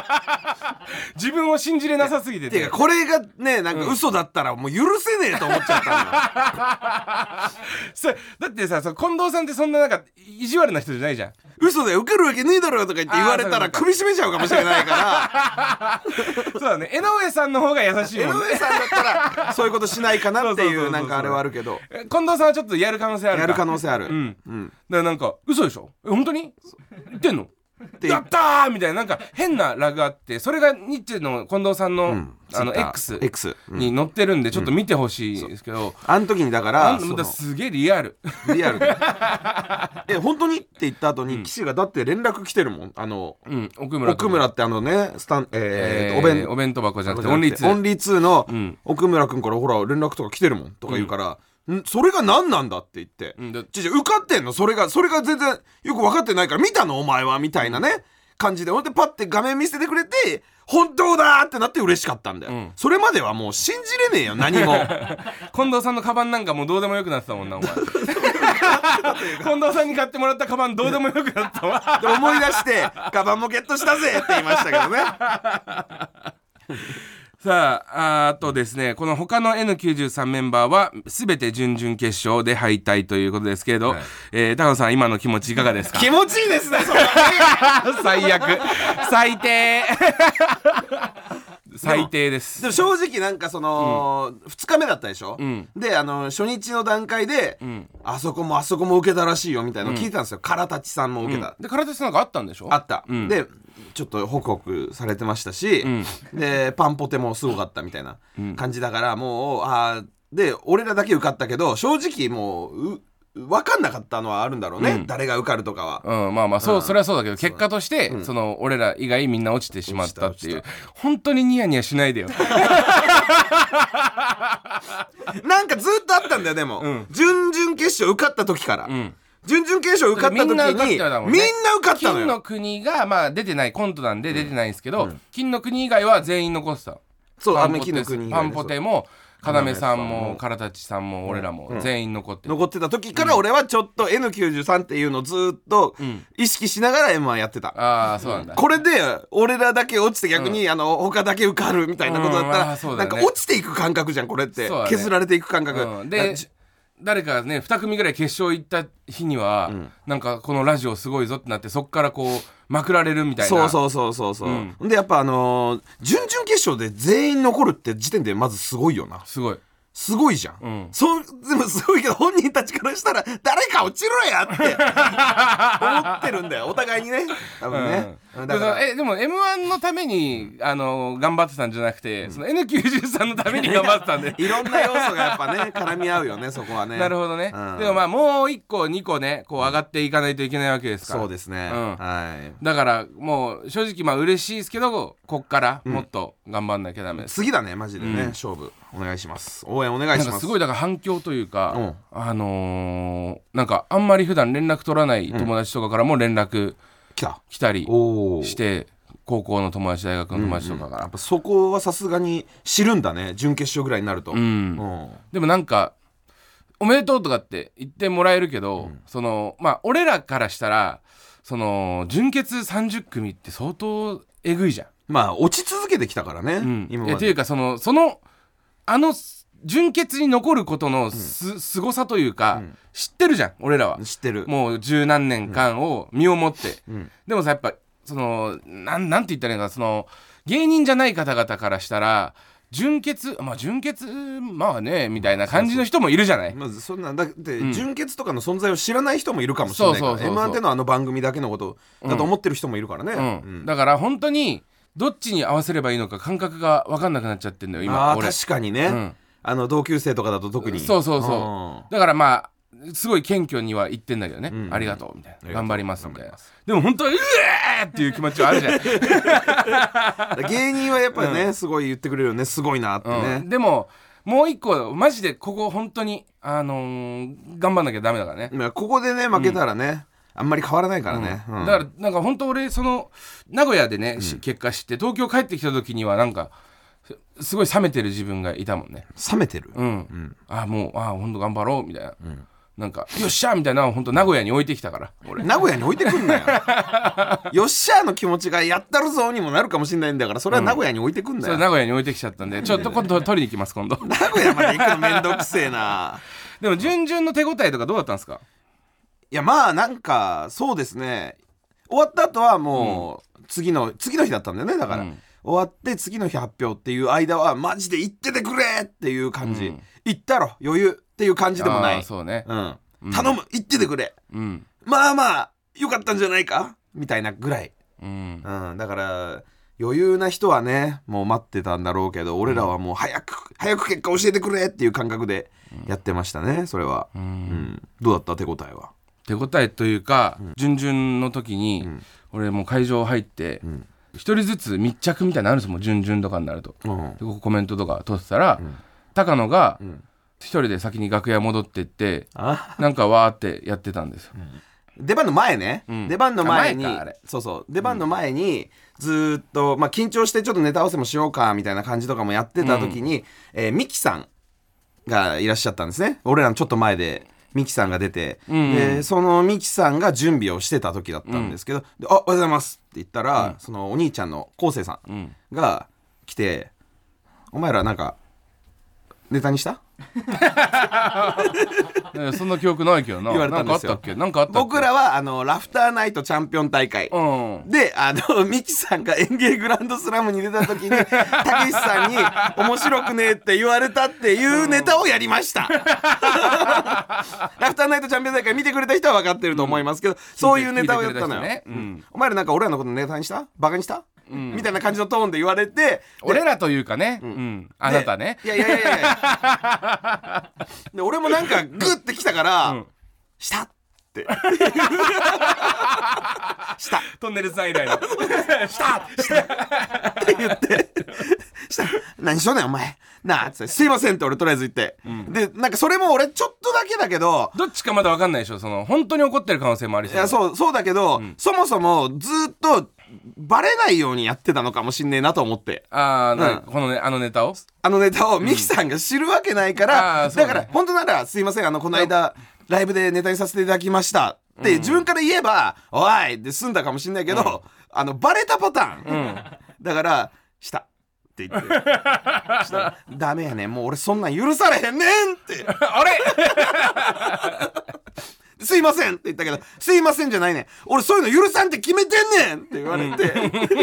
[SPEAKER 1] 自分を信じれなさすぎて
[SPEAKER 2] て
[SPEAKER 1] て
[SPEAKER 2] かこれがねなんか嘘だったらもう許せねえと思っちゃった んだよ
[SPEAKER 1] それだってさその近藤さんってそんななんか意地悪な人じゃないじゃん
[SPEAKER 2] 嘘だよ受けるわけねえだろとか言って言われた
[SPEAKER 1] あーそういうこ
[SPEAKER 2] ら
[SPEAKER 1] とか
[SPEAKER 2] 首絞めちゃうかもしれない から
[SPEAKER 1] そうだね江上さんの方が優しい
[SPEAKER 2] 江
[SPEAKER 1] もんね
[SPEAKER 2] 上さんだったらそういうことしないかなって
[SPEAKER 1] そうそうそう
[SPEAKER 2] い
[SPEAKER 1] そう
[SPEAKER 2] うなんかあれはあるけど
[SPEAKER 1] え近藤さんはちょっとやる可能性あるか
[SPEAKER 2] やる可能性ある
[SPEAKER 1] うん
[SPEAKER 2] うん
[SPEAKER 1] だからなんか嘘でしょえ本当に言ってんの
[SPEAKER 2] て
[SPEAKER 1] やったーみたいななんか変なラグあってそれがニッチェの近藤さんの,、
[SPEAKER 2] ん
[SPEAKER 1] あの
[SPEAKER 2] Twitter
[SPEAKER 1] X,
[SPEAKER 2] X うん
[SPEAKER 1] に載ってるんでちょっと見てほしいですけど、
[SPEAKER 2] あの時にだか
[SPEAKER 1] あ
[SPEAKER 2] ら
[SPEAKER 1] ん、
[SPEAKER 2] そ
[SPEAKER 1] ま
[SPEAKER 2] の
[SPEAKER 1] たすげえリアル
[SPEAKER 2] リアルで 「え本当に?」って言った後に岸がだって連絡来てるもんあの
[SPEAKER 1] うん奥村と
[SPEAKER 2] 奥村ってあのねスタンえ
[SPEAKER 1] え
[SPEAKER 2] ー
[SPEAKER 1] ー
[SPEAKER 2] お弁
[SPEAKER 1] お弁当箱じゃなくてオンリーツ
[SPEAKER 2] オンリー2の
[SPEAKER 1] ん
[SPEAKER 2] 奥村君からほら連絡とか来てるもんとか言うから、んそれが何なんだって言って
[SPEAKER 1] うんだ
[SPEAKER 2] 「ちょちょ受かってんのそれがそれが全然よく分かってないから見たのお前は」みたいなね、感じでほんでパッて画面見せてくれて「本当だ!」ってなって嬉しかったんだよ、
[SPEAKER 1] うん
[SPEAKER 2] それまではもう信じれねえよ 何も
[SPEAKER 1] 近藤さんのカバンなんかもうどうでもよくなってたもん なお前近藤さんに買ってもらったカバンどうでもよくなったわ
[SPEAKER 2] で思い出して「カバンもゲットしたぜ!」って言いましたけどね
[SPEAKER 1] さああーあとですねこの他の N93 メンバーは全て準々決勝で敗退ということですけれど、
[SPEAKER 2] い
[SPEAKER 1] えー、高野さん今の気持ちいかがですか
[SPEAKER 2] 気持ちいいですねそれ
[SPEAKER 1] 最悪最低最低です
[SPEAKER 2] でも正直なんかその、2日目だったでしょ、
[SPEAKER 1] ん
[SPEAKER 2] であの初日の段階で、
[SPEAKER 1] ん
[SPEAKER 2] あそこもあそこも受けたらしいよみたいなの聞いたんですよ、からたちさんも受けた、
[SPEAKER 1] で空手さんなんかあったんでしょ
[SPEAKER 2] あった、
[SPEAKER 1] うん
[SPEAKER 2] でちょっとホクホクされてましたし、でパンポテもすごかったみたいな感じだから、もうあーで俺らだけ受かったけど正直もうう分かんなかったのはあるんだろうね、誰が受かるとかは。
[SPEAKER 1] うん、まあまあそう、それはそうだけど結果として、その俺ら以外みんな落ちてしまったっていう本当にニヤニヤしないでよ
[SPEAKER 2] なんかずっとあったんだよでも、準々決勝受かった時から、
[SPEAKER 1] ん
[SPEAKER 2] 準々決勝受かった時にみ
[SPEAKER 1] みん
[SPEAKER 2] んな
[SPEAKER 1] な受かったもんね
[SPEAKER 2] 受かったの
[SPEAKER 1] 金
[SPEAKER 2] よ
[SPEAKER 1] の国がまあ出てないコントなんで出てないんですけど、金の国以外は全員残ってた
[SPEAKER 2] そう
[SPEAKER 1] パ
[SPEAKER 2] あ
[SPEAKER 1] ン
[SPEAKER 2] の
[SPEAKER 1] ポテ
[SPEAKER 2] 金の国以
[SPEAKER 1] パン
[SPEAKER 2] 外でそ
[SPEAKER 1] ポ
[SPEAKER 2] う
[SPEAKER 1] テも要さん
[SPEAKER 2] 要さん
[SPEAKER 1] も
[SPEAKER 2] も
[SPEAKER 1] 唐立さんも俺らも全員残ってる、
[SPEAKER 2] 残ってた時から俺はちょっと N93 っていうのをずっと意識しながら M はやってた、
[SPEAKER 1] ああそうなんだ、
[SPEAKER 2] これで俺らだけ落ちて逆に、あの他だけ受かるみたいなことだ
[SPEAKER 1] う
[SPEAKER 2] った
[SPEAKER 1] ん
[SPEAKER 2] ら、
[SPEAKER 1] あーそうだ
[SPEAKER 2] な
[SPEAKER 1] よ
[SPEAKER 2] ん
[SPEAKER 1] ね
[SPEAKER 2] か落ちていく感覚じゃんこれって、
[SPEAKER 1] そうだね
[SPEAKER 2] 削られていく感覚、
[SPEAKER 1] うん
[SPEAKER 2] だから
[SPEAKER 1] で
[SPEAKER 2] じ
[SPEAKER 1] 誰かね2組ぐらい決勝行った日には、なんかこのラジオすごいぞってなってそっからこうまくられるみたいな
[SPEAKER 2] そうそうそうそうそう、でやっぱあのー準々決勝で全員残るって時点でまずすごいよな
[SPEAKER 1] すごい
[SPEAKER 2] すごいじゃん、
[SPEAKER 1] ん
[SPEAKER 2] そうでもすごいけど本人たちからしたら誰か落ちろやって思ってるんだよお互いにね多分ね、
[SPEAKER 1] うん
[SPEAKER 2] だ
[SPEAKER 1] だ
[SPEAKER 2] か
[SPEAKER 1] かららえでも m 1のためにあの頑張ってたんじゃなくて、その N93 のために頑張ってたんで
[SPEAKER 2] いろんな要素がやっぱね 絡み合うよねそこはね
[SPEAKER 1] なるほどね、
[SPEAKER 2] うん
[SPEAKER 1] でもまあもう1個2個ねこう上がっていかないといけないわけですから
[SPEAKER 2] そうですね、
[SPEAKER 1] うん
[SPEAKER 2] はい
[SPEAKER 1] だからもう正直まあ嬉しいですけどこっからもっと頑張んなきゃダメです、
[SPEAKER 2] 次だねマジでね、
[SPEAKER 1] うん
[SPEAKER 2] 勝負お願いします応援お願い
[SPEAKER 1] なん
[SPEAKER 2] し
[SPEAKER 1] か
[SPEAKER 2] ます
[SPEAKER 1] すごいだから反響というか、あのーなんかあんまり普段連絡取らない友達とかからも連絡
[SPEAKER 2] 来た
[SPEAKER 1] 来たり
[SPEAKER 2] おお
[SPEAKER 1] して、高校の友達大学の友達とか
[SPEAKER 2] や
[SPEAKER 1] か
[SPEAKER 2] っぱそこはさすがに知るんだね準決勝ぐらいになると、
[SPEAKER 1] ら、うん、でもなんか「おめでとう」とかって言ってもらえるけど、そのまあ俺らからしたらその純潔30組って相当えぐいじゃん。
[SPEAKER 2] まあ落ち続けてきたからね、
[SPEAKER 1] うん、
[SPEAKER 2] 今
[SPEAKER 1] え
[SPEAKER 2] ま
[SPEAKER 1] という
[SPEAKER 2] で
[SPEAKER 1] かそのそのあの純潔に残ることのす、すごさというか、知ってるじゃん俺らは。
[SPEAKER 2] 知ってる
[SPEAKER 1] もう十何年間を身をもって、
[SPEAKER 2] ん
[SPEAKER 1] でもさやっぱそのなんなんて言ったらいいのかその芸人じゃない方々からしたら純潔まあ純潔まあねみたいな感じの人もいるじゃない、
[SPEAKER 2] まずそんなだって純潔とかの存在を知らない人もいるかもしれないから
[SPEAKER 1] そうそうそうそう
[SPEAKER 2] m 1ってのはあの番組だけのことだと思ってる人もいるからね、
[SPEAKER 1] うん
[SPEAKER 2] うん
[SPEAKER 1] だから本当にどっちに合わせればいいのか感覚が分かんなくなっちゃってんだよ今
[SPEAKER 2] あー
[SPEAKER 1] 俺
[SPEAKER 2] 確かにね、
[SPEAKER 1] うん
[SPEAKER 2] あの同級生とかだと特に
[SPEAKER 1] そうそうそうだからまあすごい謙虚には言ってんだけどね、
[SPEAKER 2] ん
[SPEAKER 1] ありがとうみたい
[SPEAKER 2] り
[SPEAKER 1] な
[SPEAKER 2] がと
[SPEAKER 1] 頑
[SPEAKER 2] う
[SPEAKER 1] 張りますみたいな
[SPEAKER 2] 頑張ります
[SPEAKER 1] でも本当はうえーっていう気持ちはあるじゃん
[SPEAKER 2] うんだから芸人はやっぱりね、すごい言ってくれるよねすごいなって
[SPEAKER 1] うん
[SPEAKER 2] ね、
[SPEAKER 1] でももう一個マジでここ本当にあのー頑張んなきゃダメだからね、
[SPEAKER 2] まあここでね負けたらね、あんまり変わらないからね、うん
[SPEAKER 1] だからなんか本当俺その名古屋でね、し結果知って東京帰ってきた時にはなんかすすごい冷めてる自分がいたもんね
[SPEAKER 2] 冷めてる、
[SPEAKER 1] うん、ああもうああ本当頑張ろうみたいな、なんかよっしゃみたいなのを本当名古屋に置いてきたから俺
[SPEAKER 2] 名古屋に置いてくんなよ よっしゃーの気持ちがやったるぞにもなるかもしれないんだからそれは名古屋に置いてくん
[SPEAKER 1] そ
[SPEAKER 2] なよ、
[SPEAKER 1] れ名古屋に置いてきちゃったんでちょっと今度取りに行きます今度
[SPEAKER 2] 名古屋まで行くのめんどくせえな
[SPEAKER 1] でも順々の手応えとかどうだったんですか
[SPEAKER 2] いやまあなんかそうですね終わった後はもう次の、次の日だったんだよねだから、
[SPEAKER 1] うん
[SPEAKER 2] 終わって次の日発表っていう間はマジで行っててくれっていう感じ、
[SPEAKER 1] うん
[SPEAKER 2] 行ったろ余裕っていう感じでもな
[SPEAKER 1] あ
[SPEAKER 2] い
[SPEAKER 1] あそうね
[SPEAKER 2] うん
[SPEAKER 1] ん
[SPEAKER 2] 頼む行っててくれ
[SPEAKER 1] うん
[SPEAKER 2] まあまあよかったんじゃないかみたいなぐらい
[SPEAKER 1] うん
[SPEAKER 2] うん、だから余裕な人はねもう待ってたんだろうけど俺らはもう早く、早く結果教えてくれっていう感覚でやってましたねそれは、
[SPEAKER 1] う
[SPEAKER 2] うん
[SPEAKER 1] ん
[SPEAKER 2] どうだった手応えは
[SPEAKER 1] 手応えというか、準々の時に、俺もう会場入って
[SPEAKER 2] ん
[SPEAKER 1] 一、人ずつ密着みたいなのあるんですもん準々とかになるとで
[SPEAKER 2] うん
[SPEAKER 1] ここコメントとか取ってたら、高野が一人で先に楽屋戻ってって、
[SPEAKER 2] あ
[SPEAKER 1] なんかわーってやってたんですよ、
[SPEAKER 2] 出番の前ね、
[SPEAKER 1] ん
[SPEAKER 2] 出番の前に
[SPEAKER 1] 構えかあれ
[SPEAKER 2] そうそう出番の前にずーっと、まあ、緊張してちょっとネタ合わせもしようかみたいな感じとかもやってた時に、えーミキさんがいらっしゃったんですね俺らのちょっと前でミキさんが出て、
[SPEAKER 1] ん
[SPEAKER 2] でそのミキさんが準備をしてた時だったんですけど「であおはようございます」って言ったら、そのお兄ちゃんの昴生さんが来て「お前らなんかネタにした?」
[SPEAKER 1] えそんな記憶ないけどな
[SPEAKER 2] 言われたんです
[SPEAKER 1] なんかあった
[SPEAKER 2] よ
[SPEAKER 1] っけなんかあったっけ
[SPEAKER 2] 僕らはあのラフターナイトチャンピオン大会、
[SPEAKER 1] うん
[SPEAKER 2] で、あの、 ミキさんが演芸グランドスラムに出た時に、たけしさんに、面白くねえって言われたっていうネタをやりました。ラフターナイトチャンピオン大会見てくれた人は分かってると思いますけど、そういうネタをやったのよ。
[SPEAKER 1] 聞いてくれた人ねうん
[SPEAKER 2] お前らなんか俺らのことネタにしたバカにした、みたいな感じのトーンで言われて、
[SPEAKER 1] 俺らというかね、うんあなたね
[SPEAKER 2] いやいやいやいやいやで俺もなんかグッてきたから、したって。した。
[SPEAKER 1] トンネルさん以来の
[SPEAKER 2] って言って、したら 何しとんねん、お前。なあ、つって、すいませんって俺とりあえず言って。で、なんかそれも俺ちょっとだけだけど、
[SPEAKER 1] どっちかまだわかんないでしょその本当に怒ってる可能性もあり
[SPEAKER 2] い
[SPEAKER 1] そう
[SPEAKER 2] や、そう、そうだけど、そもそもずっとバレないようにやってたのかもしんねえなと思って。
[SPEAKER 1] ああ、
[SPEAKER 2] うん
[SPEAKER 1] このねあのネタ を
[SPEAKER 2] あのネタをミキさんが知るわけないか
[SPEAKER 1] うんあ
[SPEAKER 2] ら、
[SPEAKER 1] ーそう
[SPEAKER 2] だ
[SPEAKER 1] ね
[SPEAKER 2] から本当ならすいませんあのこの間ライブでネタにさせていただきましたって自分から言えば「おい!」って済んだかもしれないけど、あのバレたパターン、だから「した」っっ て言ってしたらダメやねんもう俺そんなん許されへんねんって
[SPEAKER 4] あれ
[SPEAKER 2] すいませんって言ったけど、すいませんじゃないねん。俺そういうの許さんって決めてんねんって言われて、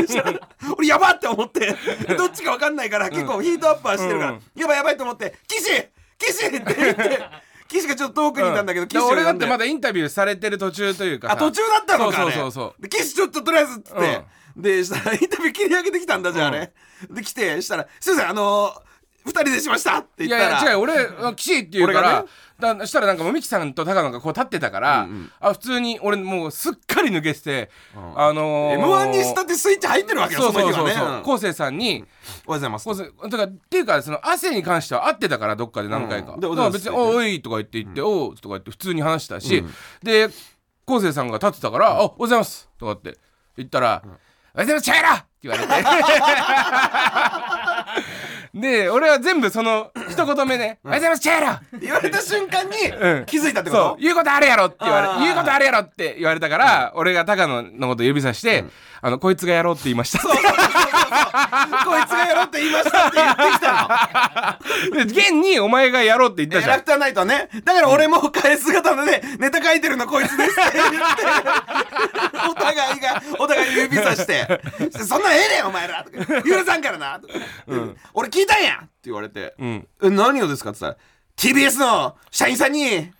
[SPEAKER 2] したら俺やばって思って、どっちかわかんないから結構ヒートアッパーしてるから、
[SPEAKER 4] うん
[SPEAKER 2] やばいやばいと思って、騎士騎士って言って、騎士がちょっと遠くにいたんだけど、
[SPEAKER 1] で
[SPEAKER 2] 騎士を呼んで
[SPEAKER 1] 俺だってまだインタビューされてる途中というかさ
[SPEAKER 2] あ、途中だったのか
[SPEAKER 1] そ
[SPEAKER 2] あ
[SPEAKER 1] う
[SPEAKER 2] れ
[SPEAKER 1] そうそうそう
[SPEAKER 2] で、騎士ちょっととりあえずっつって、で、したらインタビュー切り上げてきたんだじゃあ、あれ。で、来て、したら、すいません、あのー、二人でしましたって言
[SPEAKER 1] い
[SPEAKER 2] ったら。
[SPEAKER 1] やいや違う俺岸って言うか
[SPEAKER 2] 俺
[SPEAKER 1] ら、
[SPEAKER 2] がね
[SPEAKER 1] だしたらなんかもみきさんと高野がこう立ってたから、あ普通に俺もうすっかり抜けてて、あのー、
[SPEAKER 2] M1 にしたってスイッチ入ってるわけよ、
[SPEAKER 1] そう
[SPEAKER 2] その
[SPEAKER 1] そうそ
[SPEAKER 2] 日は
[SPEAKER 1] う
[SPEAKER 2] ね。
[SPEAKER 1] そう
[SPEAKER 2] うんおはよ
[SPEAKER 1] 昴生さんに
[SPEAKER 2] うございます
[SPEAKER 1] 昴。生だからっていうかその汗に関しては合ってたからどっかで何回か、
[SPEAKER 2] うんで
[SPEAKER 1] だ
[SPEAKER 2] お
[SPEAKER 1] か
[SPEAKER 2] でお
[SPEAKER 1] ら
[SPEAKER 2] で
[SPEAKER 1] 別に「
[SPEAKER 2] おで
[SPEAKER 1] おい」とか言って言って「おう」とか言って普通に話したし、で昴生さんが立ってたから「あおはようございます」とかって言ったら「おはようございますチャイラ!」って言われて。 で俺は全部その一言目ね「おはようございますチャイラ!」
[SPEAKER 2] 言われた瞬間に
[SPEAKER 1] うん
[SPEAKER 2] 気づいたってこ
[SPEAKER 1] そう、、
[SPEAKER 2] と
[SPEAKER 1] 言うことあるやろって言われ
[SPEAKER 2] あ、ー
[SPEAKER 1] 言うことあるやろって言われたから、俺が高野のこと指さして、あの、こいつがやろうって言いました。
[SPEAKER 2] こいつがやろうって言いましたって言ってきたの
[SPEAKER 1] で現にお前がやろうって言
[SPEAKER 2] え
[SPEAKER 1] っ
[SPEAKER 2] ー
[SPEAKER 1] たじゃ
[SPEAKER 2] ラ
[SPEAKER 1] ん
[SPEAKER 2] フ。ターナイトはねだから俺も替え姿でネタ書いてるのこいつ ですって言ってお互いがお互い指さして「そんなんええねんお前ら」とか「許さんからな」とか俺聞いたんや!」って言われて「
[SPEAKER 1] ん
[SPEAKER 2] え何をですか?」って言ったら「TBS の社員さんに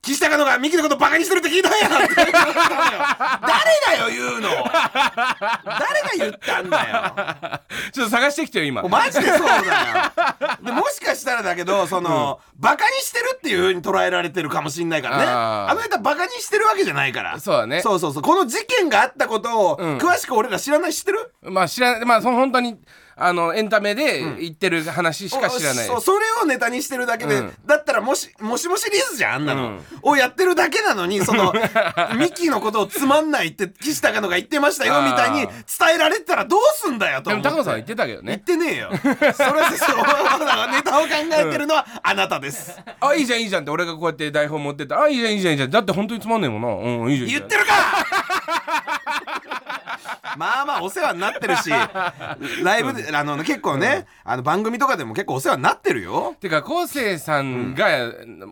[SPEAKER 2] 岸高野がミキのことバカにしてるって聞いたんや!」って言われたのよ誰だよ言うの誰が言ったんだよ
[SPEAKER 1] ちょっと探してきてよ、今。
[SPEAKER 2] マジでそうだよでもしかしたらだけどその、バカにしてるっていう風に捉えられてるかもしんないからね
[SPEAKER 1] あ
[SPEAKER 2] あ
[SPEAKER 1] ー
[SPEAKER 2] のネタバカにしてるわけじゃないから
[SPEAKER 1] そうだね
[SPEAKER 2] そうそうそうこの事件があったことを、
[SPEAKER 1] ん
[SPEAKER 2] 詳しく俺ら知らない知ってる
[SPEAKER 1] まあ、知らない、まあ、その本当に、あの、エンタメで言ってる話しか知らない
[SPEAKER 2] お。そうそれをネタにしてるだけで、
[SPEAKER 1] うん
[SPEAKER 2] だったらもし「もしもシリーズ」じゃんあんなの、
[SPEAKER 1] うん
[SPEAKER 2] をやってるだけなのにそ のミキのことをつまんないって岸高野が言ってましたよみたいに
[SPEAKER 1] あ
[SPEAKER 2] 伝えられてたらどうすんだよと
[SPEAKER 1] で
[SPEAKER 2] 思
[SPEAKER 1] も
[SPEAKER 2] っ
[SPEAKER 1] 高
[SPEAKER 2] て
[SPEAKER 1] 野さんは言ってたけど
[SPEAKER 2] 言
[SPEAKER 1] ね。
[SPEAKER 2] ってねえよ。それはそう だネタを考えてるのはあなたです。
[SPEAKER 1] あ、いいじゃん、いいじゃんって俺がこうやって台本持ってった。あ、いいじゃん、いいじゃん、いいじゃん。だって本当につまんねえもんな。うん、いいじゃん。いい
[SPEAKER 2] 言
[SPEAKER 1] じゃ
[SPEAKER 2] っ
[SPEAKER 1] ん
[SPEAKER 2] てるか まあまあお世話になってるしライブで、あの結構ね、あの番組とかでも結構お世話になってるよ
[SPEAKER 1] てか、昴生さんが、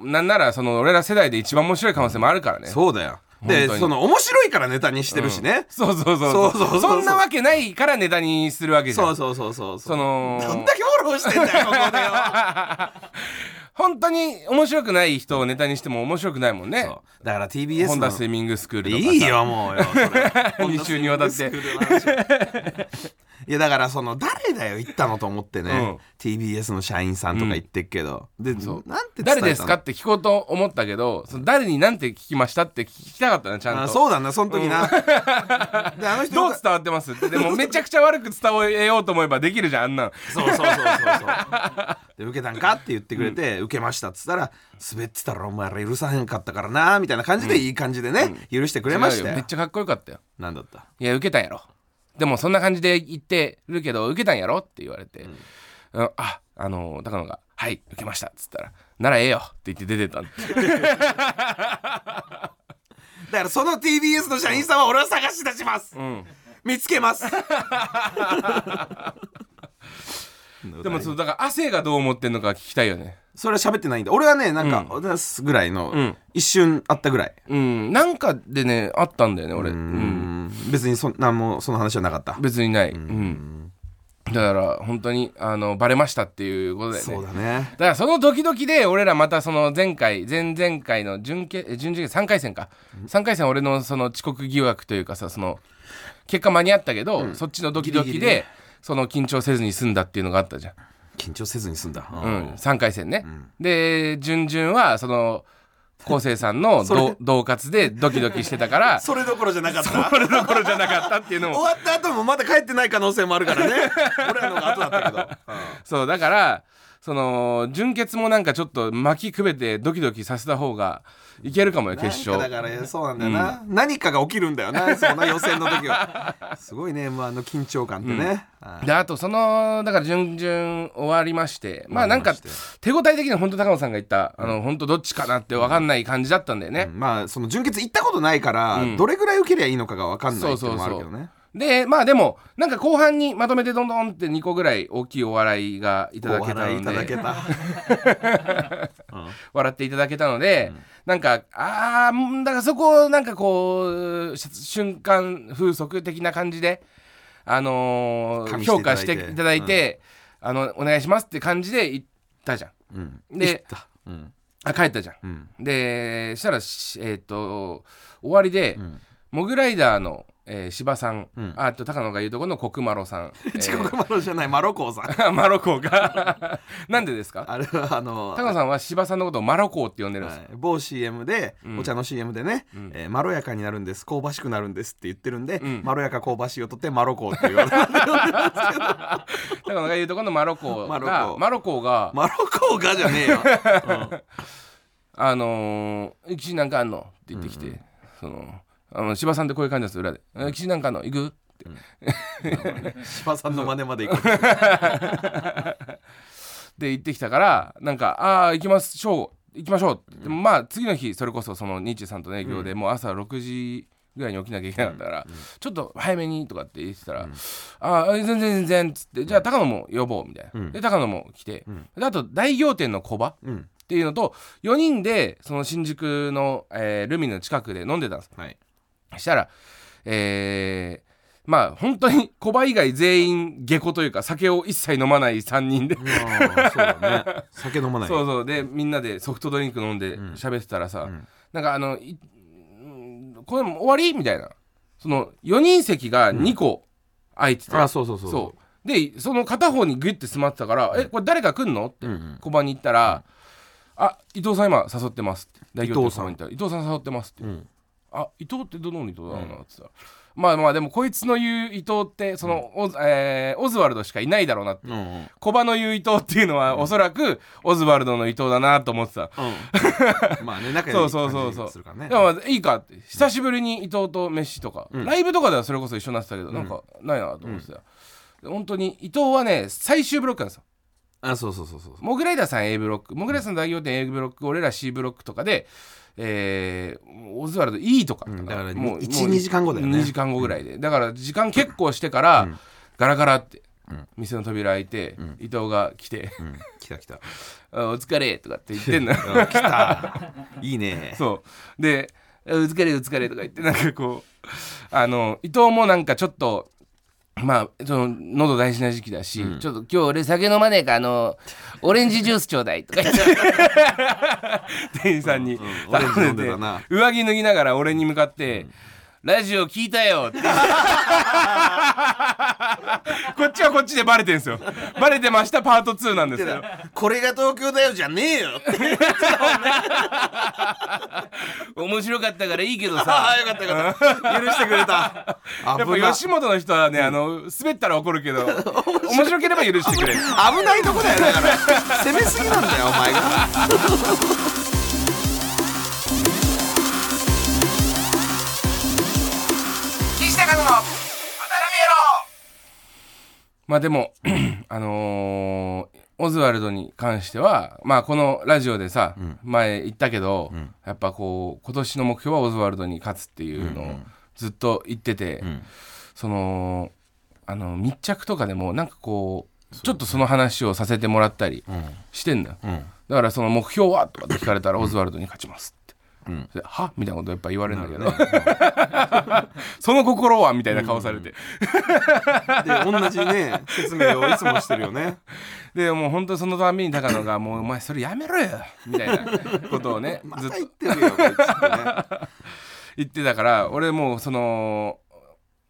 [SPEAKER 1] なんなら、その、俺ら世代で一番面白い可能性もあるからね。
[SPEAKER 2] そうだよ
[SPEAKER 1] 本
[SPEAKER 2] で
[SPEAKER 1] 当に
[SPEAKER 2] その面白いからネタにしてるしね、
[SPEAKER 1] そうそうそう
[SPEAKER 2] そうそうそうそうん
[SPEAKER 1] なわけないからネタにするわけじゃん
[SPEAKER 2] そうそうそうそう
[SPEAKER 1] その
[SPEAKER 2] どんだけフォローしてんだよここでよ
[SPEAKER 1] 本当に面白くない人をネタにしても面白くないもんね
[SPEAKER 2] そうだから TBS の
[SPEAKER 1] ホンダスイミングスクールとかさ
[SPEAKER 2] いいよもうよそれ
[SPEAKER 1] 二週にわたって
[SPEAKER 2] いやだからその誰だよ行ったのと思ってね、
[SPEAKER 1] うん
[SPEAKER 2] TBS の社員さんとか言ってっけど、で
[SPEAKER 1] そう
[SPEAKER 2] なんて伝えた
[SPEAKER 1] 誰
[SPEAKER 2] の
[SPEAKER 1] ですかって聞こうと思ったけどその誰になんて聞きましたって聞きたかったなちゃんと
[SPEAKER 2] あそうだなその時な、であの人
[SPEAKER 1] どう伝わってますってで もめちゃくちゃ悪く伝えようと思えばできるじゃんあんなん
[SPEAKER 2] そうそうそうそうそう で受けたんかって言ってくれて、受けましたっつったら滑ってたらお前ら許さへんかったからなみたいな感じでいい感じでね、許してくれました
[SPEAKER 1] 違う
[SPEAKER 2] よ
[SPEAKER 1] よめっちゃかっこよかったよ
[SPEAKER 2] なんだった
[SPEAKER 1] いや受けたんやろでもそんな感じで言ってるけど受けたんやろって言われて、うんああの高野が「はい受けました」っつったら「ならええよ」って言って出て ったん
[SPEAKER 2] だからその TBS の社員さんは俺は探し出します、
[SPEAKER 1] ん
[SPEAKER 2] 見つけます
[SPEAKER 1] でもそうだから汗がどう思ってんのか聞きたいよね
[SPEAKER 2] それは喋ってないんだ俺はねなんか、お出すぐらいの、一瞬あったぐらい
[SPEAKER 1] うんなんかでねあったんだよね俺うん
[SPEAKER 2] うん別にそんなんもその話はなかった、
[SPEAKER 1] 別にないうんだから本当にあのバレましたっていうことだよね
[SPEAKER 2] そうだね
[SPEAKER 1] だからそのドキドキで俺らまたその前回前々回の準決え準々決3回戦か3回戦俺のその遅刻疑惑というかさその結果間に合ったけど、そっちのドキドキで
[SPEAKER 2] ギリギリね
[SPEAKER 1] その緊張せずに済んだっていうのがあったじゃん、
[SPEAKER 2] 緊張せずに済んだ、う
[SPEAKER 1] うんん、3回戦ね、で準々はその昴生さんの
[SPEAKER 2] それ
[SPEAKER 1] ど同活でドキドキしてたから
[SPEAKER 2] それどころじゃなかっ た
[SPEAKER 1] それどころじゃなかったっていうの
[SPEAKER 2] 終
[SPEAKER 1] も
[SPEAKER 2] わった後もまだ帰ってない可能性もあるから ね俺らのが後だったけど、
[SPEAKER 1] そうだからその純潔もなんかちょっと巻きくべてドキドキさせた方がいけるかもよ決勝
[SPEAKER 2] なんかだからそうなんだよな、何かが起きるんだ よなその予選の時はすごいね m あの緊張感ってね、はい
[SPEAKER 1] であとそのだから順々終わりましてまあなんか
[SPEAKER 2] 終わりま
[SPEAKER 1] 手応え的には本当高野さんが言ったあの本当どっちかなって分かんない感じだったんだよね、
[SPEAKER 2] まあその純潔行ったことないから、どれぐらい受けりゃいいのかが分かんないっていうのもあるけどね
[SPEAKER 1] でまあでもなんか後半にまとめてどんどんって2個ぐらい大きいお笑いがいただ
[SPEAKER 2] お
[SPEAKER 1] けた
[SPEAKER 2] 笑いいた
[SPEAKER 1] の
[SPEAKER 2] だ
[SPEAKER 1] で
[SPEAKER 2] けた
[SPEAKER 1] 笑っていただけたので、なんかああだからそこをなんかこうし瞬間風速的な感じで、あのー
[SPEAKER 2] 加味して
[SPEAKER 1] 評
[SPEAKER 2] いただいて
[SPEAKER 1] 価していただいて、あのお願いしますって感じで行ったじゃん。
[SPEAKER 2] うんうん
[SPEAKER 1] で
[SPEAKER 2] 行ったうん
[SPEAKER 1] あ帰ったじゃん。
[SPEAKER 2] うん
[SPEAKER 1] でしたらしえっ、と終わりで、
[SPEAKER 2] ん
[SPEAKER 1] モグライダーの、えー、柴さん、
[SPEAKER 2] ん
[SPEAKER 1] ああと高野が言うとこのコクマロさん、 えー
[SPEAKER 2] 遅刻マロじゃないマロコウさん
[SPEAKER 1] マロコが なんでですか
[SPEAKER 2] あれはあの
[SPEAKER 1] 高野さんは柴さんのことをマロコって呼んでるんです
[SPEAKER 2] は
[SPEAKER 1] よ、
[SPEAKER 2] い某 CM で、お茶の CM でね、えーまろやかになるんです香ばしくなるんですって言ってるんで、まろやか香ばしいをとってマロコウって言われて
[SPEAKER 1] 高野が言うとこのマロコが
[SPEAKER 2] マ
[SPEAKER 1] マ
[SPEAKER 2] ロ
[SPEAKER 1] ロ
[SPEAKER 2] コ
[SPEAKER 1] コが、
[SPEAKER 2] マロコウがじゃねえよ、
[SPEAKER 1] あのー「岸なんかあんの?」って言ってきて、そのあの柴さんってこういう感じなんですよ裏でえ「岸なんかあんの行く?」
[SPEAKER 2] うん、芝さんの真似まで行く
[SPEAKER 1] で行ってきたからなんか「ああ行きましょう行きましょう」でもまあ次の日それこそそのニッチさんとの営業でもう朝6時ぐらいに起きなきゃいけなかったから、ちょっと早めにとかって言ってたら「ああ全然全然」っつって「じゃあ高野も呼ぼう」みたいな、で高野も来て、であと大仰天の小場
[SPEAKER 2] うん
[SPEAKER 1] っていうのと4人でその新宿の、えールミネの近くで飲んでたんです
[SPEAKER 2] はい
[SPEAKER 1] したらえーまあ本当に小場以外全員下戸というか酒を一切飲まない3人で
[SPEAKER 2] いやーそうだね酒飲まない
[SPEAKER 1] そうそうでみんなでソフトドリンク飲んで喋ってたらさ、なんかあのいうんこれもう終わりみたいなその4人席が2個空いてて、
[SPEAKER 2] あそうそうそう
[SPEAKER 1] そうでその片方にグイッて詰まってたから「えこれ誰か来んの?」って
[SPEAKER 2] うんうん
[SPEAKER 1] 小判に行ったら「あ伊藤さん今誘ってます」って大
[SPEAKER 2] 藤
[SPEAKER 1] 行
[SPEAKER 2] さん
[SPEAKER 1] に行ったら「伊藤さん誘ってます」って、
[SPEAKER 2] ん
[SPEAKER 1] あ伊藤ってどの伊藤だろうな」ってさ、まあまあでもこいつの言う伊藤ってその、オズえーオズワルドしかいないだろうなって
[SPEAKER 2] うんうん
[SPEAKER 1] 小バの言う伊藤っていうのはおそらくオズワルドの伊藤だなと思ってた。
[SPEAKER 2] うんまあね仲良
[SPEAKER 1] そ
[SPEAKER 2] いう
[SPEAKER 1] そう
[SPEAKER 2] 感
[SPEAKER 1] そうそ
[SPEAKER 2] じが
[SPEAKER 1] う。
[SPEAKER 2] するからね
[SPEAKER 1] でもまあいいかって久しぶりに伊藤と飯とか、ライブとかではそれこそ一緒になってたけど、なんかないなと思ってたよ。で本当に伊藤はね最終ブロックなんですよ。
[SPEAKER 2] あそうそうそうそう
[SPEAKER 1] モグライダーさん A ブロックモグライダーさん代表店 A ブロック俺ら C ブロックとかで、えーオズワルド E とか
[SPEAKER 2] んだから
[SPEAKER 1] もう
[SPEAKER 2] 1
[SPEAKER 1] もう
[SPEAKER 2] 2時間後だよね
[SPEAKER 1] 2時間後ぐらいでだから時間結構してから、ガラガラって、店の扉開いて、伊藤が来て
[SPEAKER 2] うん来た来た
[SPEAKER 1] 「 お疲れ」とかって言ってんの
[SPEAKER 2] うん来たいいね
[SPEAKER 1] そうで「う疲れう疲れ」とか言ってなんかこうあの伊藤もなんかちょっとまあその喉大事な時期だし、ちょっと今日俺酒飲まねえからあのオレンジジュースちょうだいとか言って 店員さんに
[SPEAKER 2] うんうんオレンジ飲んでたな
[SPEAKER 1] 頼んでて上着脱ぎながら俺に向かって「ラジオ聞いたよ」って こっちはこっちでバレてんすよバレてましたパート2なんですけど
[SPEAKER 2] これが東京だよじゃねえよって
[SPEAKER 1] 面白かったからいいけどさ
[SPEAKER 2] ああよかったよかった許してくれた
[SPEAKER 1] やっ
[SPEAKER 2] 危な
[SPEAKER 1] ぱ吉本の人はね、あの滑ったら怒るけど 面白ければ許してくれる
[SPEAKER 2] 危ないとこだよだから攻めすぎなんだよお前が
[SPEAKER 1] 岸高野の渡辺まあでも あのーオズワルドに関してはまあこのラジオでさ、前言ったけど、やっぱこう今年の目標はオズワルドに勝つっていうのをずっと言ってて、そのあの密着とかでもなんかこうちょっとその話をさせてもらったりしてんだよ、だからその目標はとかって聞かれたらオズワルドに勝ちますって。ではみたいなことやっぱ言われるんだけど その心はみたいな顔されて、
[SPEAKER 2] で同じね説明をいつもしてるよね
[SPEAKER 1] でもう本当そのたびに高野が「もうお前それやめろよ」みたいなことをね ずっと
[SPEAKER 2] また言ってるよこいつってね
[SPEAKER 1] 言ってたから俺もうその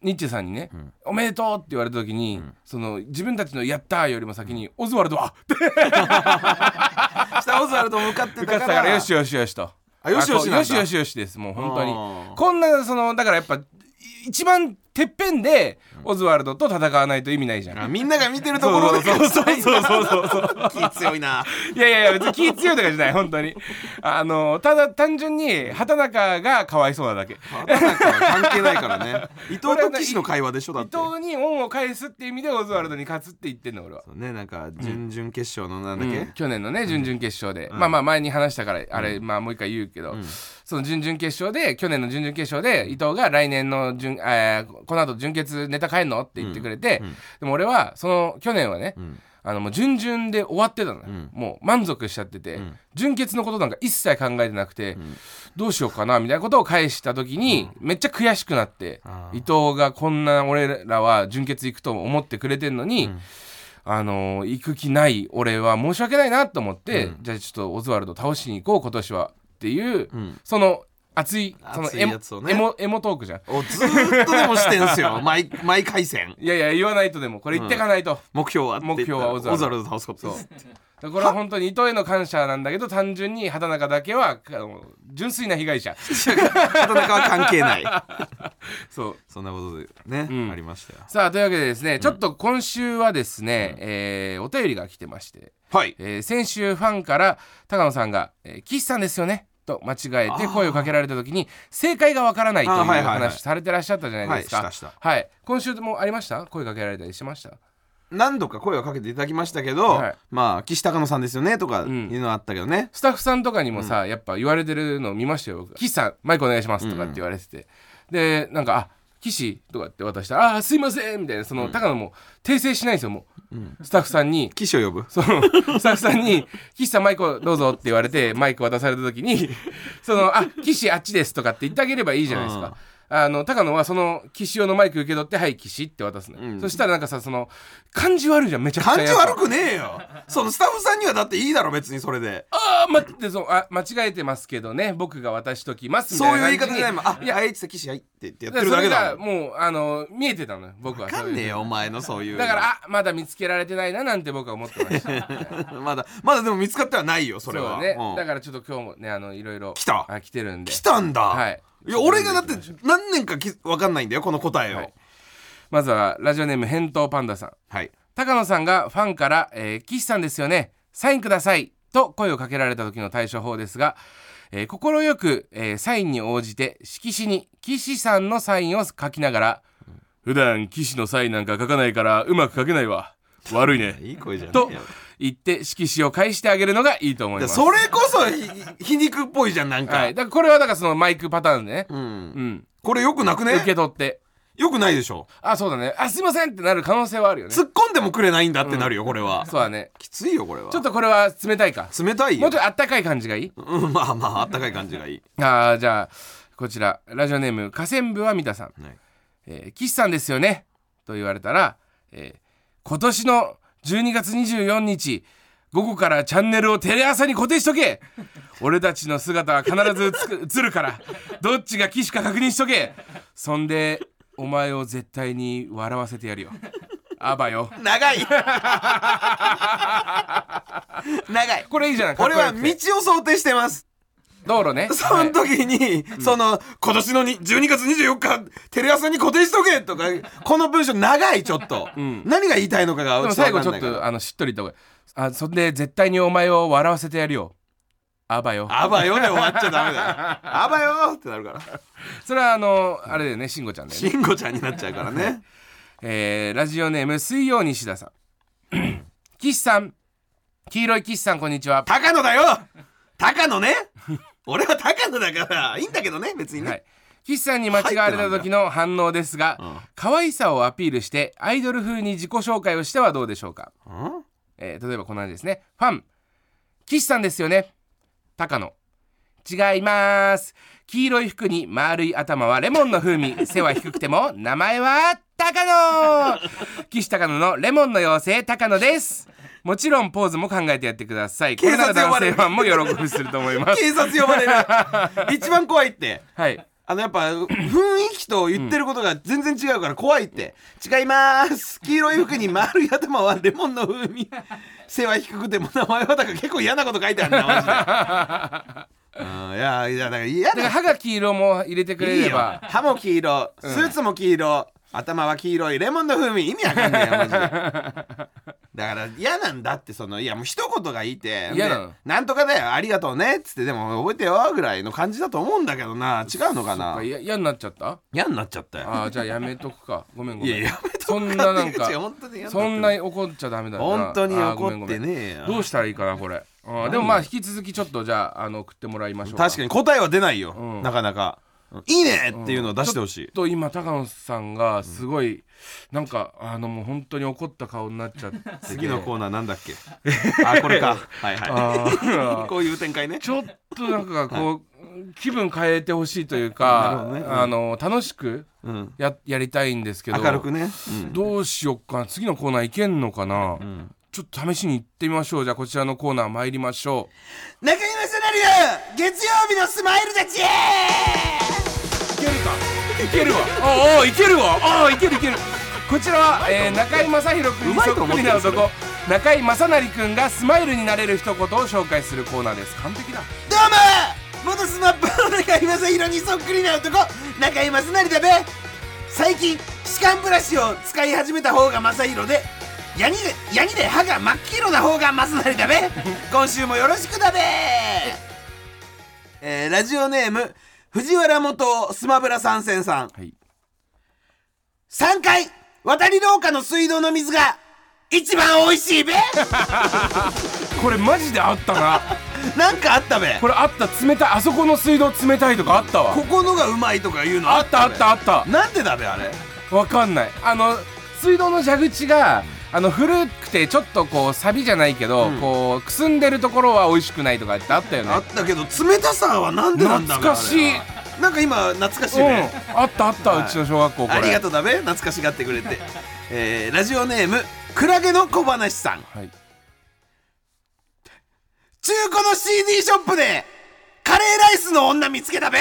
[SPEAKER 1] ニッチェさんにね、おめでとう」って言われた時に、その自分たちの「やった!」よりも先に「オズワルドは!」って
[SPEAKER 2] 下オズワルド向かって
[SPEAKER 1] 受か
[SPEAKER 2] た
[SPEAKER 1] って
[SPEAKER 2] か
[SPEAKER 1] たから「
[SPEAKER 2] ら
[SPEAKER 1] よしよしよし」と。
[SPEAKER 2] あよしよしなんだ
[SPEAKER 1] あこうよしよしよしですもう本当
[SPEAKER 2] あー
[SPEAKER 1] にこんなそのだからやっぱい一番てっぺんでオズワルドと戦わないと意味ないじゃん、
[SPEAKER 2] あみんなが見てるところで
[SPEAKER 1] そうそうそうそうそうそう
[SPEAKER 2] 気強いない
[SPEAKER 1] やいやいや別に気強いとかじゃない本当にあのただ単純に畑中がかわいそうなだけ伊
[SPEAKER 2] 畑中は関係ないからね伊藤と岸の会話でしょだって
[SPEAKER 1] 藤に恩を返すっていう意味でオズワルドに勝つって言ってんの俺は、
[SPEAKER 2] そうねなんか準々決勝のなんだっ
[SPEAKER 1] う
[SPEAKER 2] け
[SPEAKER 1] ん去年のね準々決勝で、まあまあ前に話したからあれ、まあもう一回言うけど、その準々決勝で去年の準々決勝で伊藤が来年の準、えーこの後準決ネタ変えんのって言ってくれて、でも俺はその去年はね、
[SPEAKER 2] ん
[SPEAKER 1] あのもう準々で終わってたのよ、
[SPEAKER 2] ん
[SPEAKER 1] もう満足しちゃってて、
[SPEAKER 2] ん
[SPEAKER 1] 準決のことなんか一切考えてなくて、どうしようかなみたいなことを返した時に、めっちゃ悔しくなって
[SPEAKER 2] あー
[SPEAKER 1] 伊藤がこんな俺らは準決行くと思ってくれてんのに。あのー行く気ない俺は申し訳ないなと思って、じゃあちょっとオズワルド倒しに行こう今年はっていう、
[SPEAKER 2] ん
[SPEAKER 1] その熱いその
[SPEAKER 2] 熱い
[SPEAKER 1] エモ
[SPEAKER 2] やつをね
[SPEAKER 1] エモエモトークじゃん
[SPEAKER 2] おずーっとでもしてん すよ毎毎回戦
[SPEAKER 1] いやいや言わないとでもこれ言ってかないと、
[SPEAKER 2] 目標はって言った
[SPEAKER 1] 目
[SPEAKER 2] ら
[SPEAKER 1] 標はオズワルド
[SPEAKER 2] ド倒すことです
[SPEAKER 1] だからこれは本当に伊藤への感謝なんだけど単純に畑中だけはあの純粋な被 害者
[SPEAKER 2] 畑中は関 係ない
[SPEAKER 1] そう
[SPEAKER 2] そんなことでね、
[SPEAKER 1] ん
[SPEAKER 2] ありましたよ
[SPEAKER 1] さあというわけでですね、ちょっと今週はですね、えーお便りが来てまして
[SPEAKER 2] はい
[SPEAKER 1] えー先週ファンから高野さんが「えー岸さんですよね」と間違えて声をかけられた時に正解がわからないという
[SPEAKER 2] あはいはいはい
[SPEAKER 1] 話されてらっしゃったじゃないですか。
[SPEAKER 2] はいしたした
[SPEAKER 1] はい今週もありました声かけられたりしました
[SPEAKER 2] 何度か声をかけていただきましたけど、
[SPEAKER 1] はい
[SPEAKER 2] まあ岸高野さんですよねとかいうのはあったけどね、
[SPEAKER 1] スタッフさんとかにもさ、やっぱ言われてるの見ましたよ僕「岸さんマイクお願いします」とかって言われてて、でなんか「あ岸」とかって渡したら「あーすいません」みたいなその、高野も訂正しないんですよもう、スタッフさんに
[SPEAKER 2] 岸を呼ぶ
[SPEAKER 1] そのスタッフさんに「岸さんマイクをどうぞ」って言われてマイク渡された時に「そのあ岸あっちです」とかって言ってあげればいいじゃないですか。あの高野はその岸用のマイク受け取って「はい岸」って渡すの、そしたらなんかさその感じ悪いじゃんめちゃくちゃ
[SPEAKER 2] 感じ悪
[SPEAKER 1] く
[SPEAKER 2] くねえよそのスタッフさんにはだっていいだろ別にそれで
[SPEAKER 1] あー待ってそうあ間違えてますけどね僕が渡しときますみ
[SPEAKER 2] そう
[SPEAKER 1] たい
[SPEAKER 2] いう言
[SPEAKER 1] ない感じ
[SPEAKER 2] 方
[SPEAKER 1] に
[SPEAKER 2] じゃないもんあいやあいつ岸はいって言ってやって
[SPEAKER 1] だからそ
[SPEAKER 2] るだ
[SPEAKER 1] れが
[SPEAKER 2] けだもん
[SPEAKER 1] もうあの見えてたのよ僕は
[SPEAKER 2] わかんねえよお前のそういう
[SPEAKER 1] だからあまだ見つけられてないななんて僕は思ってました
[SPEAKER 2] らまだまだでも見つかってはないよそれ
[SPEAKER 1] そう
[SPEAKER 2] は
[SPEAKER 1] ね、
[SPEAKER 2] うん
[SPEAKER 1] だからちょっと今日もねあのいろいろ
[SPEAKER 2] 来た
[SPEAKER 1] あ来てるんで
[SPEAKER 2] 来たんだ、
[SPEAKER 1] はい
[SPEAKER 2] や俺がだって何年かきわかんないんだよこの答えをは
[SPEAKER 1] はいい、まずはラジオネーム返答パンダさん高野さんがファンから「えー、岸さんですよねサインください」と声をかけられた時の対処法ですが快、えー快く、えーサインに応じて色紙に岸さんのサインを書きながら「普段岸のサインなんか書かないからうまく書けないわ悪いね
[SPEAKER 2] いい声じゃ」ん
[SPEAKER 1] と言って色紙を返してあげるのがいいと思います。
[SPEAKER 2] それこそひ皮肉っぽいじゃんなんか、
[SPEAKER 1] はい、だからこれはだからそのマイクパターンでね、
[SPEAKER 2] う、
[SPEAKER 1] うんん、
[SPEAKER 2] これよくなくね
[SPEAKER 1] 受け取って
[SPEAKER 2] よくないでしょ
[SPEAKER 1] あそうだねあすいませんってなる可能性はあるよね
[SPEAKER 2] 突っ込んでもくれないんだってなるよこれは、
[SPEAKER 1] そうだね
[SPEAKER 2] きついよこれは
[SPEAKER 1] ちょっとこれは冷たいか
[SPEAKER 2] 冷たい
[SPEAKER 1] も
[SPEAKER 2] よ
[SPEAKER 1] うちょっとあったかい感じがいい
[SPEAKER 2] うんまあまああったかい感じがいい、
[SPEAKER 1] あーじゃあこちらラジオネーム河川部は三田さん
[SPEAKER 2] はい
[SPEAKER 1] 「えー、岸さんですよね」と言われたら、えー今年の12月24日午後からチャンネルをテレ朝に固定しと け俺たちの姿は必ず映く映るからどっちが岸か確認しとけそんでお前を絶対に笑わせてやるよあばよ
[SPEAKER 2] 長い 長い
[SPEAKER 1] これいいじゃないかっこ
[SPEAKER 2] 俺
[SPEAKER 1] よくて
[SPEAKER 2] は道を想定してます
[SPEAKER 1] 道路ね
[SPEAKER 2] その時に、その今年のに12月24日テレ朝に固定しとけとかこの文章長いちょっと、何が言いたいのかが
[SPEAKER 1] でも
[SPEAKER 2] ちょっ
[SPEAKER 1] 最
[SPEAKER 2] と
[SPEAKER 1] 後
[SPEAKER 2] わ
[SPEAKER 1] ちょ
[SPEAKER 2] かん
[SPEAKER 1] っ
[SPEAKER 2] ないから
[SPEAKER 1] とあのしっとりとあそんで絶対にお前を笑わせてやるよあばよ
[SPEAKER 2] あばよで終わっちゃダメだよあばよってなるから
[SPEAKER 1] それはあのあれだよね慎吾ちゃんだよね、
[SPEAKER 2] しんごちゃんになっちゃうからね
[SPEAKER 1] えーラジオネーム水曜西田さん 岸さん黄色い岸さんこんにちは
[SPEAKER 2] 高野だよ高野ね俺は高野だからいいんだけどね別にね、
[SPEAKER 1] はい岸さんに間違われた時の反応ですが、可愛さをアピールしてアイドル風に自己紹介をしてはどうでしょうか、
[SPEAKER 2] ん
[SPEAKER 1] えー例えばこんな感じですねファン岸さんですよね高野違います黄色い服に丸い頭はレモンの風味背は低くても名前は高野岸高野のレモンの妖精高野ですもちろんポーズも考えてやってくださいこれなら男性ファンも喜びすると思います
[SPEAKER 2] 警察呼ばれる一番怖いって
[SPEAKER 1] はい
[SPEAKER 2] あのやっぱ雰囲気と言ってることが全然違うから怖いって、違います黄色い服に丸い頭はレモンの風味背は低くても名前はだから結構嫌なこと書いてあるなマジでうんいやいやだから嫌
[SPEAKER 1] だから
[SPEAKER 2] だ
[SPEAKER 1] 歯が黄色も入れてくれ
[SPEAKER 2] いい
[SPEAKER 1] れ
[SPEAKER 2] よ
[SPEAKER 1] ば
[SPEAKER 2] 歯も黄色スーツも黄色、頭は黄色いレモンの風味意味わかんねえよマジでだから嫌なんだってそのいやもう一言がいいって
[SPEAKER 1] 嫌なの
[SPEAKER 2] でなんとかだよありがとうねっつってでも覚えてよぐらいの感じだと思うんだけどな違うのかな
[SPEAKER 1] あや嫌になっちゃった
[SPEAKER 2] 嫌になっちゃったよ
[SPEAKER 1] あーじゃあやめとくかごめんご
[SPEAKER 2] い
[SPEAKER 1] めん
[SPEAKER 2] ややめとく
[SPEAKER 1] そんななんか
[SPEAKER 2] 違う本当にや
[SPEAKER 1] そんなに怒っちゃダメだな
[SPEAKER 2] 本当に
[SPEAKER 1] あーごめんご
[SPEAKER 2] 怒っ
[SPEAKER 1] め
[SPEAKER 2] て
[SPEAKER 1] ん
[SPEAKER 2] ねえよ
[SPEAKER 1] どうしたらいいかなこれあーでもまあ引き続きちょっとじゃああの送ってもらいましょうか
[SPEAKER 2] 確かに答えは出ないよ、
[SPEAKER 1] うん
[SPEAKER 2] なかなか「いいね!」っていうのを出してほしい
[SPEAKER 1] ちょっ、と今高野さんがすごい、なんかあのもう本当に怒った顔になっ ちゃって
[SPEAKER 2] 次のコーナーなんだっけあこ れかはいは
[SPEAKER 1] あ
[SPEAKER 2] い こういう展開ね
[SPEAKER 1] ちょっとなんかこう、気分変えてほしいというか、
[SPEAKER 2] なるほどねうん
[SPEAKER 1] あの楽しく
[SPEAKER 2] うん
[SPEAKER 1] ややりたいんですけど
[SPEAKER 2] 明るくね、うん
[SPEAKER 1] どうしよっかな次のコーナーいけんのかな、
[SPEAKER 2] ん
[SPEAKER 1] ちょっと試しに行ってみましょうじゃあこちらのコーナー参りましょ
[SPEAKER 2] 中島さなりの月曜日のスマイルたち
[SPEAKER 1] ういけるかいけるわああいけるわああいけるいけるこちらは、えー中井正広君
[SPEAKER 2] う
[SPEAKER 1] に
[SPEAKER 2] まい
[SPEAKER 1] そっ
[SPEAKER 2] と思っ
[SPEAKER 1] く
[SPEAKER 2] て
[SPEAKER 1] りな
[SPEAKER 2] る
[SPEAKER 1] 男中井正成君がスマイルになれる一言を紹介するコーナーです完璧だ
[SPEAKER 2] どうも元スマップの中居正広にそっくりな男中居正成だべ最近歯間ブラシを使い始めた方が正宏でヤニでヤニで歯が真っ黄色な方が正成だ べ今週もよろしくだべえーラジオネーム藤原元スマブラ参戦さん
[SPEAKER 1] はい
[SPEAKER 2] 3階渡り廊下の水道の水が一番美味しい べ
[SPEAKER 1] これマジであった な
[SPEAKER 2] なんかあったべ
[SPEAKER 1] これあった冷たいあそこの水道冷たいとかあったわ
[SPEAKER 2] ここのがうまいとかいうの
[SPEAKER 1] あったあっ
[SPEAKER 2] べ
[SPEAKER 1] たあった
[SPEAKER 2] なんでだべあれ
[SPEAKER 1] わかんないあの水道の蛇口があの古くてちょっとこうサビじゃないけど、
[SPEAKER 2] ん
[SPEAKER 1] こうくすんでるところは美味しくないとかってあったよね
[SPEAKER 2] あったけど冷たさはなんでなんだ
[SPEAKER 1] 懐かしい
[SPEAKER 2] あれはなんか今懐かしい
[SPEAKER 1] うん
[SPEAKER 2] ね、、
[SPEAKER 1] あったあった、
[SPEAKER 2] はいう
[SPEAKER 1] ちの小学校これ
[SPEAKER 2] ありがとうだべ懐かしがってくれて、えーラジオネームクラゲの小話さん
[SPEAKER 1] はい、
[SPEAKER 2] 中古の CD ショップでカレーライスの女見つけ たべ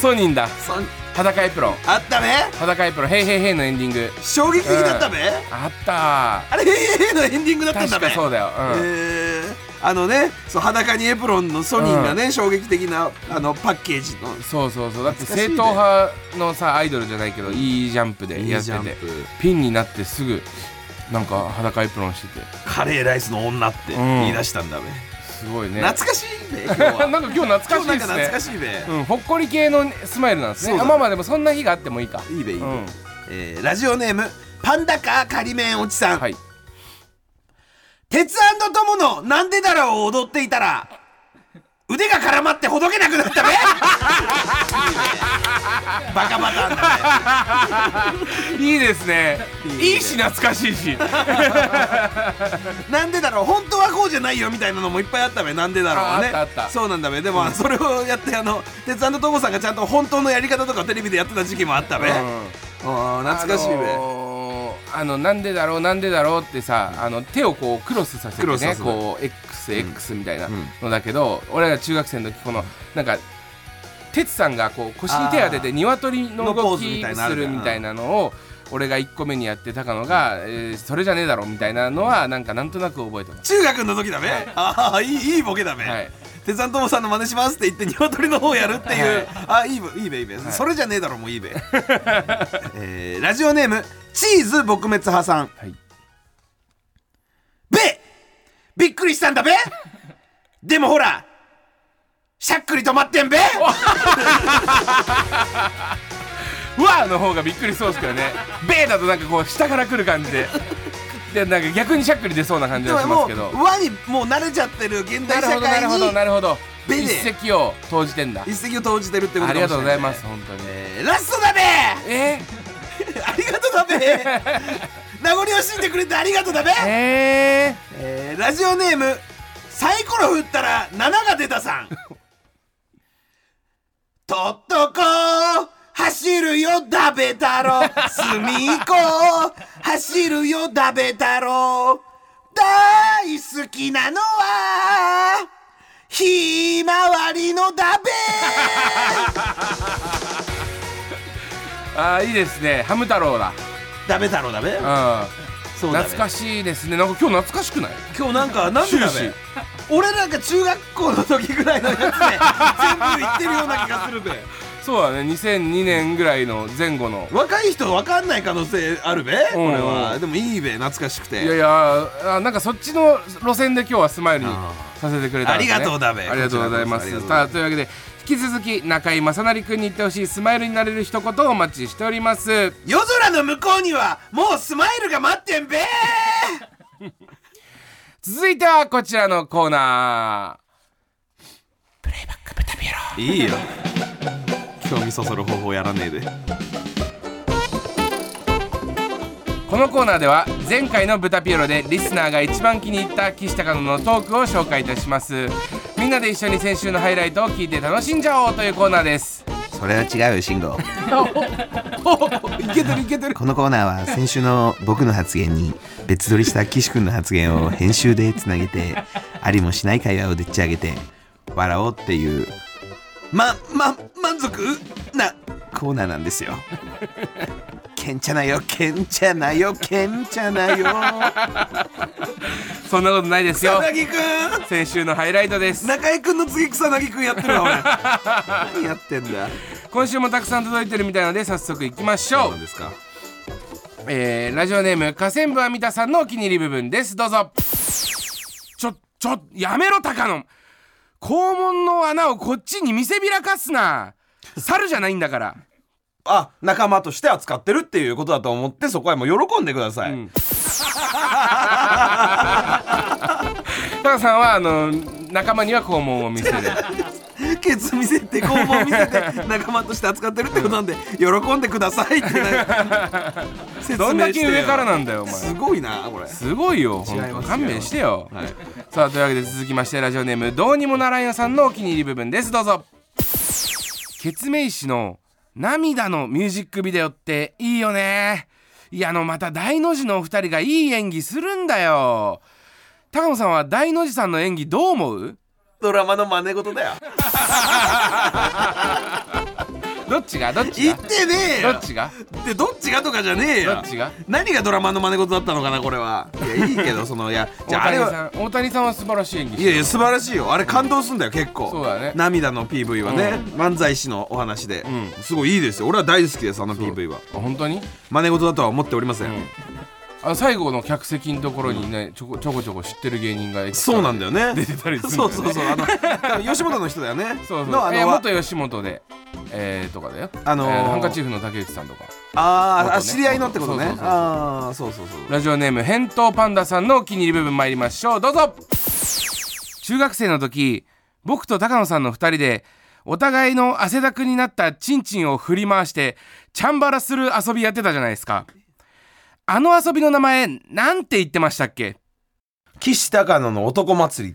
[SPEAKER 1] ソニンだ
[SPEAKER 2] そん
[SPEAKER 1] 裸エプロン
[SPEAKER 2] あったべ
[SPEAKER 1] 裸エプロン「へいへいへい」のエンディング
[SPEAKER 2] 衝撃的だったべ、
[SPEAKER 1] あった
[SPEAKER 2] あれへーへーのエンディングだったん
[SPEAKER 1] 確
[SPEAKER 2] だべ
[SPEAKER 1] かそうだよ、うん
[SPEAKER 2] えーあのねそう裸にエプロンのソニーがね、衝撃的なあのパッケージの
[SPEAKER 1] そうそうそうだって
[SPEAKER 2] 懐かしい
[SPEAKER 1] 正
[SPEAKER 2] ね
[SPEAKER 1] 統派のさアイドルじゃないけどいいジャンプでやって
[SPEAKER 2] いいジ
[SPEAKER 1] て
[SPEAKER 2] ャンプ
[SPEAKER 1] ピンになってすぐなんか裸エプロンしてて
[SPEAKER 2] カレーライスの女って言い出したんだべ、
[SPEAKER 1] すごいね
[SPEAKER 2] 懐かしいべ今日は
[SPEAKER 1] なんか今日
[SPEAKER 2] 今
[SPEAKER 1] 懐かしいで
[SPEAKER 2] 日なん
[SPEAKER 1] す
[SPEAKER 2] か懐か
[SPEAKER 1] ね
[SPEAKER 2] しいべ、
[SPEAKER 1] うん、ほっこり系のスマイルなんです
[SPEAKER 2] そう
[SPEAKER 1] ね
[SPEAKER 2] だ
[SPEAKER 1] あ
[SPEAKER 2] ね
[SPEAKER 1] まあまあでもそんな日があってもいいか
[SPEAKER 2] いいべいいべ、
[SPEAKER 1] うん
[SPEAKER 2] えーラジオネームパンダカー仮面おじさん、
[SPEAKER 1] はい
[SPEAKER 2] 鉄友のなんでだろうを踊っていたら腕が絡まってほどけなくな ったべいいべバカバカなんだね
[SPEAKER 1] いいですね
[SPEAKER 2] いいね
[SPEAKER 1] いいし懐かしいし
[SPEAKER 2] なんでだろう本当はこうじゃないよみたいなのもいっぱいあったべなんでだろう
[SPEAKER 1] ああ
[SPEAKER 2] ね
[SPEAKER 1] ったあった
[SPEAKER 2] そうなんだべでも、それをやってあの鉄腕の友さんがちゃんと本当のやり方とかをテレビでやってた時期もあったべ、うん、懐かしいべ、
[SPEAKER 1] あのーあのなんでだろうなんでだろうってさあの手をこうクロスさせて
[SPEAKER 2] クロスさ
[SPEAKER 1] ね
[SPEAKER 2] せる
[SPEAKER 1] こう XX みたいな
[SPEAKER 2] うんうん
[SPEAKER 1] のだけど、俺ら中学生の時このなんか哲さんがこう腰に手当てて鶏の
[SPEAKER 2] のポ
[SPEAKER 1] 動
[SPEAKER 2] ーズみ
[SPEAKER 1] き
[SPEAKER 2] たいなのあ
[SPEAKER 1] す
[SPEAKER 2] るじゃ
[SPEAKER 1] る
[SPEAKER 2] ん
[SPEAKER 1] みたいなのを俺が1個目にやってたのが、えーそれじゃねえだろみたいなのはなんかなんとなく覚えてます。
[SPEAKER 2] 中学の時だべ、ああいいいいボケだべ、
[SPEAKER 1] はい
[SPEAKER 2] 鉄腕友さんの真似しますって言って鶏の方やるっていう、あいいべいいべいいべ、
[SPEAKER 1] い
[SPEAKER 2] それじゃねえだろもう いいべ、えーラジオネームチーズ撲滅派さん
[SPEAKER 1] はい
[SPEAKER 2] べびっくりしたんだべでもほらしゃっくり止まってんべ
[SPEAKER 1] うわーの方がびっくりそうですけどねベーだとなんかこう下から来る感じ ででなんか逆にしゃっくり出そうな感じ
[SPEAKER 2] で
[SPEAKER 1] が
[SPEAKER 2] も
[SPEAKER 1] しま
[SPEAKER 2] も
[SPEAKER 1] すけど
[SPEAKER 2] う和にもう慣れちゃってる現
[SPEAKER 1] な
[SPEAKER 2] 代
[SPEAKER 1] る
[SPEAKER 2] 社
[SPEAKER 1] ほどなるほ
[SPEAKER 2] 会
[SPEAKER 1] ど
[SPEAKER 2] に
[SPEAKER 1] なるほど
[SPEAKER 2] ベで
[SPEAKER 1] 一石を投じてんだ
[SPEAKER 2] 一石を投じてるってこと
[SPEAKER 1] あ
[SPEAKER 2] かも
[SPEAKER 1] りが
[SPEAKER 2] しれない
[SPEAKER 1] とうございます本当に
[SPEAKER 2] えーラストだべ
[SPEAKER 1] え
[SPEAKER 2] ありがとうだべ 名残惜しんでくれてありがとうだべ
[SPEAKER 1] ー、え
[SPEAKER 2] えーラジオネームサイコロ振ったら7が出たさん とっとこ走るよダベ太 郎隅っこ走るよダベ太郎大好きなのはひまわりのダ ベ
[SPEAKER 1] ー、あーいいですねハム太郎だ
[SPEAKER 2] ダベ太郎ダベ
[SPEAKER 1] う
[SPEAKER 2] そ
[SPEAKER 1] ん懐かしいですねなんか今日懐かしくない
[SPEAKER 2] 今日なんかなんでだ
[SPEAKER 1] 終
[SPEAKER 2] べ
[SPEAKER 1] 始
[SPEAKER 2] 俺なんか中学校の時ぐらい のやつで全部言ってるような気がするべ
[SPEAKER 1] そうだね2002年ぐらいの前後の
[SPEAKER 2] 若い人分かんない可能性あるべ、これは
[SPEAKER 1] うん
[SPEAKER 2] でもいいべ懐かしくて
[SPEAKER 1] いやいやあなんかそっちの路線で今日はスマイルにさせてくれたんです、ね、
[SPEAKER 2] ありがとうだべ
[SPEAKER 1] ありがとうございま
[SPEAKER 2] こ
[SPEAKER 1] す
[SPEAKER 2] ちらこそ
[SPEAKER 1] さあというわけで引き続き中井正成君に言ってほしいスマイルになれる一言をお待ちしております
[SPEAKER 2] 夜空の向こうにはもうスマイルが待ってんべ
[SPEAKER 1] 続いてはこちらのコーナープレイバック豚ビロ
[SPEAKER 2] いいよ興味そそる方法やらねえで
[SPEAKER 1] このコーナーでは前回の「ブタピエロ」でリスナーが一番気に入った岸高野のトークを紹介いたしますみんなで一緒に先週のハイライトを聞いて楽しんじゃおうというコーナーです
[SPEAKER 2] それは違うよ慎吾
[SPEAKER 1] いけてるいけてる
[SPEAKER 2] このコーナーは先週の僕の発言に別撮りした岸君の発言を編集でつなげてありもしない会話をでっち上げて笑おうっていうまま満足なコーナーなんですよ。けんちゃなよけんちゃなよけんちゃなよ
[SPEAKER 1] そんなことないです
[SPEAKER 2] 草
[SPEAKER 1] よ
[SPEAKER 2] 薙君
[SPEAKER 1] 先週のハイライトです
[SPEAKER 2] 中居君の次草薙君やってるわ俺何やってんだ
[SPEAKER 1] 今週もたくさん届いてるみたいなので早速いきまし
[SPEAKER 2] ど
[SPEAKER 1] ょ
[SPEAKER 2] う
[SPEAKER 1] う
[SPEAKER 2] なんですか
[SPEAKER 1] えーラジオネーム河川部は三田さんのお気に入り部分ですどうぞちょちょやめろ高野肛門の穴をこっちに見せびらかすな猿じゃないんだから
[SPEAKER 2] あ仲間として扱ってるっていうことだと思ってそこはもう喜んでください、
[SPEAKER 1] ん高野さんはあの仲間には肛門を見せる
[SPEAKER 2] ケツ見せて肛門見せ て仲間として扱ってるってことなんで喜んでくださいってな説明して よ
[SPEAKER 1] どんだけ上からなんだよお前
[SPEAKER 2] すごいなこれ
[SPEAKER 1] すごいよ本
[SPEAKER 2] 違
[SPEAKER 1] 当
[SPEAKER 2] いますよ
[SPEAKER 1] 勘弁してよ、
[SPEAKER 2] はい
[SPEAKER 1] さあというわけで続きましてラジオネームどうにもならんよさんのお気に入り部分ですどうぞ決命師の「涙」のミュージックビデオっていいよねいやあのまた大の字のお二人がいい演技するんだよ高野さんは大の字さんの演技どう思う
[SPEAKER 2] ドラマの真似事だよ
[SPEAKER 1] どっちがどっち
[SPEAKER 2] 言
[SPEAKER 1] が
[SPEAKER 2] ってねえ
[SPEAKER 1] ど
[SPEAKER 2] よ
[SPEAKER 1] っちが
[SPEAKER 2] でどっちがとかじゃねえよ
[SPEAKER 1] どっちが
[SPEAKER 2] 何がドラマの真似事だったのかなこれはいやいいけどそのいやじ
[SPEAKER 1] 大
[SPEAKER 2] ゃああれ
[SPEAKER 1] 谷
[SPEAKER 2] は
[SPEAKER 1] さん大谷さんは素晴らしい演技して
[SPEAKER 2] いやいや素晴らしいよあれ感動すんだよ結構
[SPEAKER 1] そうだね
[SPEAKER 2] 涙の PV はね、漫才師のお話で、
[SPEAKER 1] ん
[SPEAKER 2] すごいいいですよ俺は大好きですあの PV は
[SPEAKER 1] あ本当に
[SPEAKER 2] 真似事だとは思っておりません、
[SPEAKER 1] んあの最後の客席のところにね、ちょこちょこちょこ知ってる芸人が
[SPEAKER 2] そうなんだよね。
[SPEAKER 1] 出てたりするんだよ
[SPEAKER 2] そう
[SPEAKER 1] ね
[SPEAKER 2] そうそう。あの多分吉本の人だよね。
[SPEAKER 1] そうそう
[SPEAKER 2] のあ
[SPEAKER 1] いや
[SPEAKER 2] のわ
[SPEAKER 1] 元吉本で、えー、とかだよ、
[SPEAKER 2] あのー
[SPEAKER 1] えハンカチーフの竹内さんとか
[SPEAKER 2] あーあ
[SPEAKER 1] 元ね
[SPEAKER 2] 知り合いのってことね。
[SPEAKER 1] そうそうそうそう
[SPEAKER 2] ああそうそうそう。
[SPEAKER 1] ラジオネーム返答パンダさんのお気に入り部分参りましょうどうぞ中学生の時僕と高野さんの2人でお互いの汗だくになったチンチンを振り回してチャンバラする遊びやってたじゃないですかあの遊びの名前なんて言ってましたっけ
[SPEAKER 2] 岸高野の男祭 り。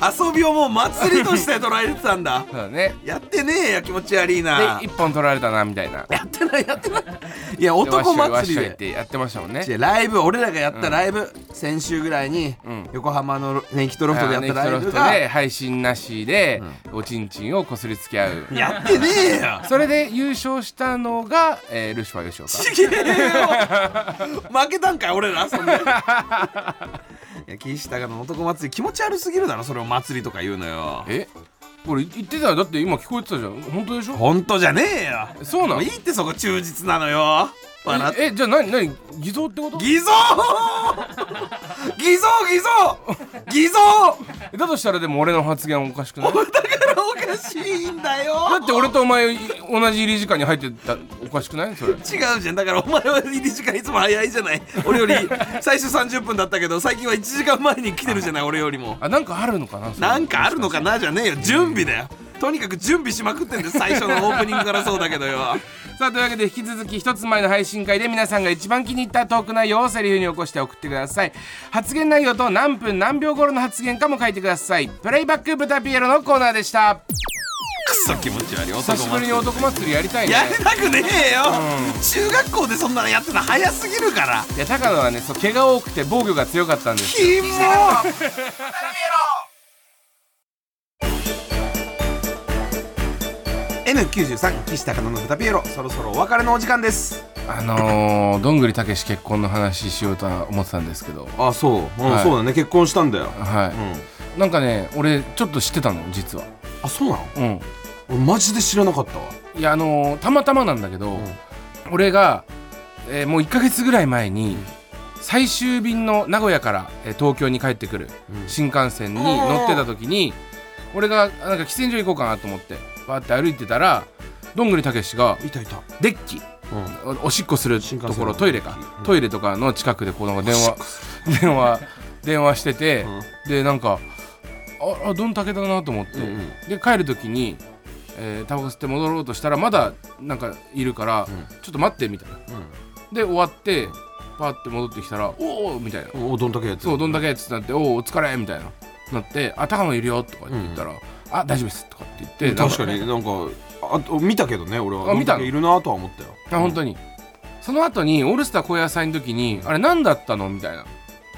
[SPEAKER 2] 遊びをもう祭りとして捉えてたんだ。
[SPEAKER 1] そうだね
[SPEAKER 2] やってねえよ気持ち悪いな
[SPEAKER 1] で。一本取られたなみたいな
[SPEAKER 2] やってないやってない。いや男
[SPEAKER 1] でわっしょいわっ
[SPEAKER 2] 祭
[SPEAKER 1] し
[SPEAKER 2] り
[SPEAKER 1] ょいっ
[SPEAKER 2] で。
[SPEAKER 1] てやってましたもんね
[SPEAKER 2] 違うライブ俺らがやったライブ、先週ぐらいに
[SPEAKER 1] うん
[SPEAKER 2] 横浜のネキトロフトでやっ
[SPEAKER 1] ネ
[SPEAKER 2] た
[SPEAKER 1] ク
[SPEAKER 2] ラ
[SPEAKER 1] ト
[SPEAKER 2] イ
[SPEAKER 1] ロ
[SPEAKER 2] ブ
[SPEAKER 1] フ
[SPEAKER 2] が
[SPEAKER 1] トで配信なしで、おちんちんをこすりつけ合う
[SPEAKER 2] やってねえよ
[SPEAKER 1] それで優勝したのが、えールシファー吉岡
[SPEAKER 2] ちげえよ負けたんかい俺らそんないや岸高の男祭り気持ち悪すぎるだろそれを祭りとか言うのよ
[SPEAKER 1] えこれ言ってたよだって今聞こえてたじゃん本当でしょ
[SPEAKER 2] 本当じゃねえよ
[SPEAKER 1] そうな
[SPEAKER 2] も
[SPEAKER 1] の
[SPEAKER 2] ういいってそこ忠実なのよ笑って
[SPEAKER 1] ええじゃあ何何偽造ってこと
[SPEAKER 2] 偽造偽造偽造偽造
[SPEAKER 1] えだとしたらでも俺の発言おかしくないだ
[SPEAKER 2] だからおかしいんだよ
[SPEAKER 1] って俺とお前い同じ入り時間に入ってたおかしくないそれ
[SPEAKER 2] 違うじゃんだからお前は入り時間いつも早いじゃない俺より最初30分だったけど最近は1時間前に来てるじゃない俺よりも
[SPEAKER 1] あなんかあるのかなそれ
[SPEAKER 2] なんかあるのかなじゃねえよ準備だよとにかく準備しまくってんで最初のオープニングからそうだけどよ
[SPEAKER 1] さあというわけで引き続き一つ前の配信会で皆さんが一番気に入ったトーク内容をセリフに起こして送ってください発言内容と何分何秒頃の発言かも書いてくださいプレイバック豚ピエロのコーナーでした
[SPEAKER 2] クソ気持ち悪い男
[SPEAKER 1] 久しぶりに
[SPEAKER 2] 祭
[SPEAKER 1] 男祭りやりたい
[SPEAKER 2] り
[SPEAKER 1] ね
[SPEAKER 2] やりたくねえよ、中学校でそんなのやってたの早すぎるから
[SPEAKER 1] いや高野はねそう毛が多くて防御が強かったんです
[SPEAKER 2] キモエ N93 岸高野の豚ピエロそろそろお別れのお時間です
[SPEAKER 1] あのー、どんぐりたけし結婚の話しようとは思ってたんですけど
[SPEAKER 2] あそう、うん
[SPEAKER 1] はい
[SPEAKER 2] そうだね結婚したんだよ、
[SPEAKER 1] はい、
[SPEAKER 2] うん、
[SPEAKER 1] なんかね俺ちょっと知ってたの実は
[SPEAKER 2] あそうなの
[SPEAKER 1] うん
[SPEAKER 2] 俺マジで知らなかったわ
[SPEAKER 1] いやあのーたまたまなんだけど、俺が、えーもう1ヶ月ぐらい前に最終便の名古屋から、えー東京に帰ってくる
[SPEAKER 2] うん
[SPEAKER 1] 新幹線に乗ってた時に、俺があなんか喫煙所行こうかなと思ってバーって歩いてたらどんぐりたけしが
[SPEAKER 2] いたいた
[SPEAKER 1] デッキおおしっこすると
[SPEAKER 2] 新幹線
[SPEAKER 1] こ
[SPEAKER 2] の
[SPEAKER 1] ろトイレかトイレとかの近くでこの電話電話電話してて、でなんかああどんだけだなと思って、
[SPEAKER 2] うんうん
[SPEAKER 1] で帰る時に、えー、タバコ吸って戻ろうとしたらまだなんかいるから、ちょっと待ってみたいなで終わってパーって戻ってきたら「おお!」みたいな
[SPEAKER 2] うん、おどんだけやってる
[SPEAKER 1] そうどんだけっつってなって「おおお疲れ」みたいななって「あたかもいるよ」とかって言ったら「あ大丈夫です」とかって言って、なん
[SPEAKER 2] 確かになんかあと見たけどね俺は
[SPEAKER 1] あ見た
[SPEAKER 2] どんだけいるなとは思ったよ
[SPEAKER 1] あ本当に、その後に「オールスター高野祭」の時に「あれ何だったの?」みたいな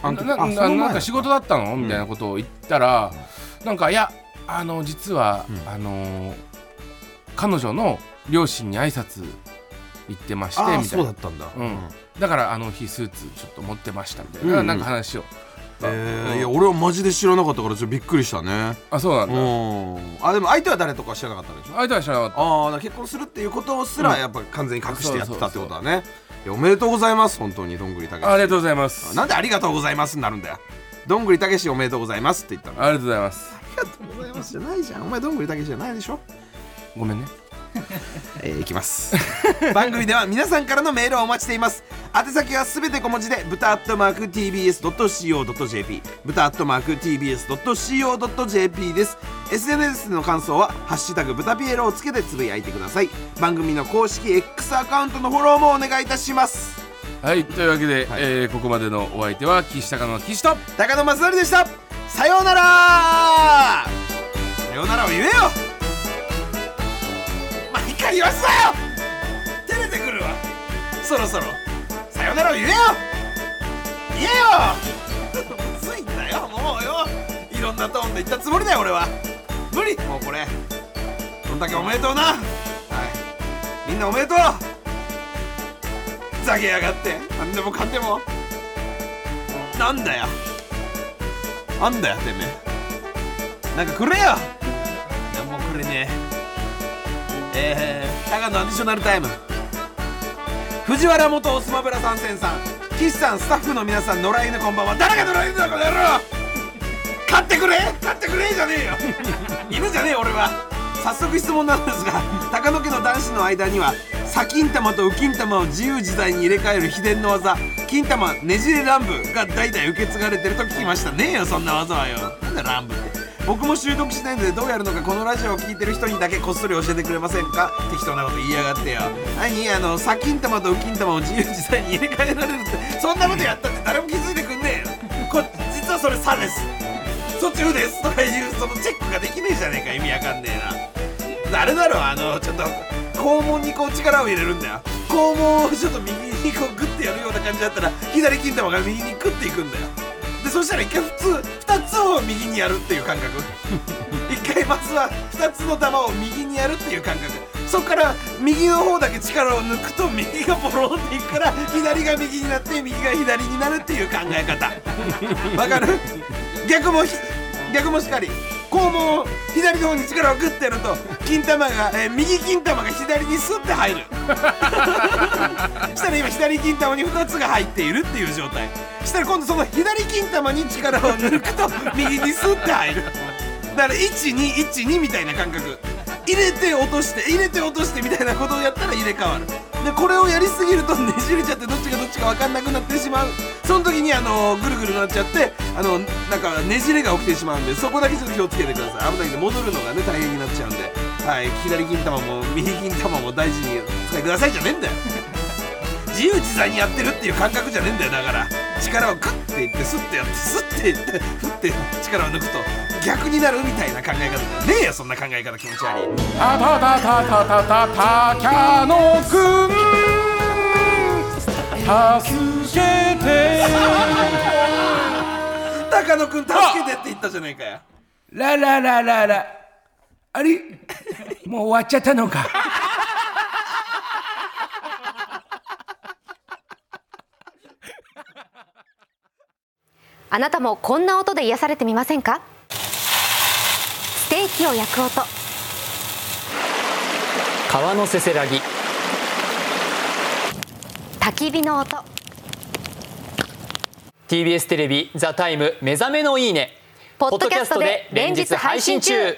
[SPEAKER 2] あん
[SPEAKER 1] な
[SPEAKER 2] 時
[SPEAKER 1] な
[SPEAKER 2] あその
[SPEAKER 1] な
[SPEAKER 2] 前
[SPEAKER 1] なんか仕事だったのみたいなことを言ったら、なんかいやあの実は、
[SPEAKER 2] うん
[SPEAKER 1] あのー彼女の両親に挨拶行ってまして
[SPEAKER 2] あー
[SPEAKER 1] みた
[SPEAKER 2] そ
[SPEAKER 1] いうな
[SPEAKER 2] だったんだ
[SPEAKER 1] うん
[SPEAKER 2] うん
[SPEAKER 1] だからあの日スーツちょっと持ってましたみたい
[SPEAKER 2] うん
[SPEAKER 1] な、
[SPEAKER 2] うん
[SPEAKER 1] なんか話を
[SPEAKER 2] えー
[SPEAKER 1] うん
[SPEAKER 2] いや俺はマジで知らなかったからちょっとびっくりしたね
[SPEAKER 1] あそうなん
[SPEAKER 2] う
[SPEAKER 1] だ、
[SPEAKER 2] んあでも相手は誰とか知らなかったでしょ
[SPEAKER 1] 相手は知らなかった
[SPEAKER 2] ああだから結婚するっていうことす
[SPEAKER 1] う
[SPEAKER 2] ら
[SPEAKER 1] ん
[SPEAKER 2] やっぱ完全に隠してやってたってことだねいやおめでとうございます本当にどんぐりたけ
[SPEAKER 1] ありが
[SPEAKER 2] し
[SPEAKER 1] とうございます
[SPEAKER 2] なんでありがとうございますになるんだよどんぐりたけしおめでとうございますって言ったのあ
[SPEAKER 1] ありがとうございます
[SPEAKER 2] りがとうございますじゃないじゃんお前どんぐりたけしじゃないでしょ
[SPEAKER 1] ごめんね
[SPEAKER 2] えーいきます 番組では皆さんからのメールをお待ちしています宛先はすべて小文字で豚アットマーク TBS.CO.JP 豚アットマーク TBS.CO.JP です SNS の感想は「ハッシュタグ豚ピエロ」をつけてつぶやいてください番組の公式 X アカウントのフォローもお願いいたします
[SPEAKER 1] はいというわけで、
[SPEAKER 2] はい
[SPEAKER 1] えーここまでのお相手は岸高の岸と
[SPEAKER 2] 高野正則でしたさようならさようならを言えよ毎回言わせたよ照れてくるわそろそろさようならを言えよ言えよむずいんだよもうよいろんなトーンで言ったつもりだよ俺は無理もうこれどんだけおめでとうなはいみんなおめでとうふざけやがって何でもかんでもなんだよあんだよてめえなんかくれよなんもくれねええー、高野アディショナルタイム藤原元おスマブラ参戦さん岸さんスタッフの皆さん野良犬こんばんは誰が野良犬だこの野郎買ってくれ買ってくれじゃねえよ 犬じゃねえよ俺は早速質問なんですが高野家の男子の間には砂金玉と右金玉を自由自在に入れ替える秘伝の技金玉ねじれ乱舞が代々受け継がれてると聞きましたねえよそんな技はよなんだ乱舞って僕も習得しないのでどうやるのかこのラジオを聞いてる人にだけこっそり教えてくれませんか適当なこと言いやがってよ何あの砂金玉と右金玉を自由自在に入れ替えられるってそんなことやったって誰も気づいてくんねえよこ実はそれ「さ」です途中ですとかいうそのチェックができねえじゃねえか意味わかんねえなあれだろあのちょっと肛門にこう力を入れるんだよ肛門をちょっと右にこうグッてやるような感じだったら左金玉が右にグッていくんだよでそしたら一回普通2つを右にやるっていう感覚一回まずは2つの玉を右にやるっていう感覚そこから右の方だけ力を抜くと右がボロンっていくから左が右になって右が左になるっていう考え方わかる逆もひ逆もしかり肛門を左の方に力をグッてやると金玉が、えー右金玉が左にスッて入る したら今左金玉に2つが入っているっていう状態したら今度その左金玉に力を抜くと右にスッて入るだから1212みたいな感覚入れて落として入れて落としてみたいなことをやったら入れ替わるでこれをやりすぎるとねじれちゃってどっちがどっちか分かんなくなってしまうその時にあのぐるぐるなっちゃってあのなんかねじれが起きてしまうんでそこだけちょっと気をつけてください危ないんで戻るのがね大変になっちゃうんで、はい、左金玉も右金玉も大事にお使いくださいじゃねえんだよ自由自在にやってるっていう感覚じゃねえんだよだから力をグッていってスッてやってスッていって振って力を抜くと逆になるみたいな考え方じゃねえよそんな考え方気持ち悪い
[SPEAKER 1] たたたたたたたたキャノくん助けて
[SPEAKER 2] 高野くん助けてって言ったじゃねえかよ
[SPEAKER 1] ラララララあれもう終わっちゃったのか
[SPEAKER 4] あなたもこんな音で癒されてみませんかステーキを焼く音
[SPEAKER 5] 川のせせらぎ
[SPEAKER 4] 焚き火の音
[SPEAKER 5] TBS テレビ「ザタイム目覚めのいいね」
[SPEAKER 4] ポッドキャストで連日配信中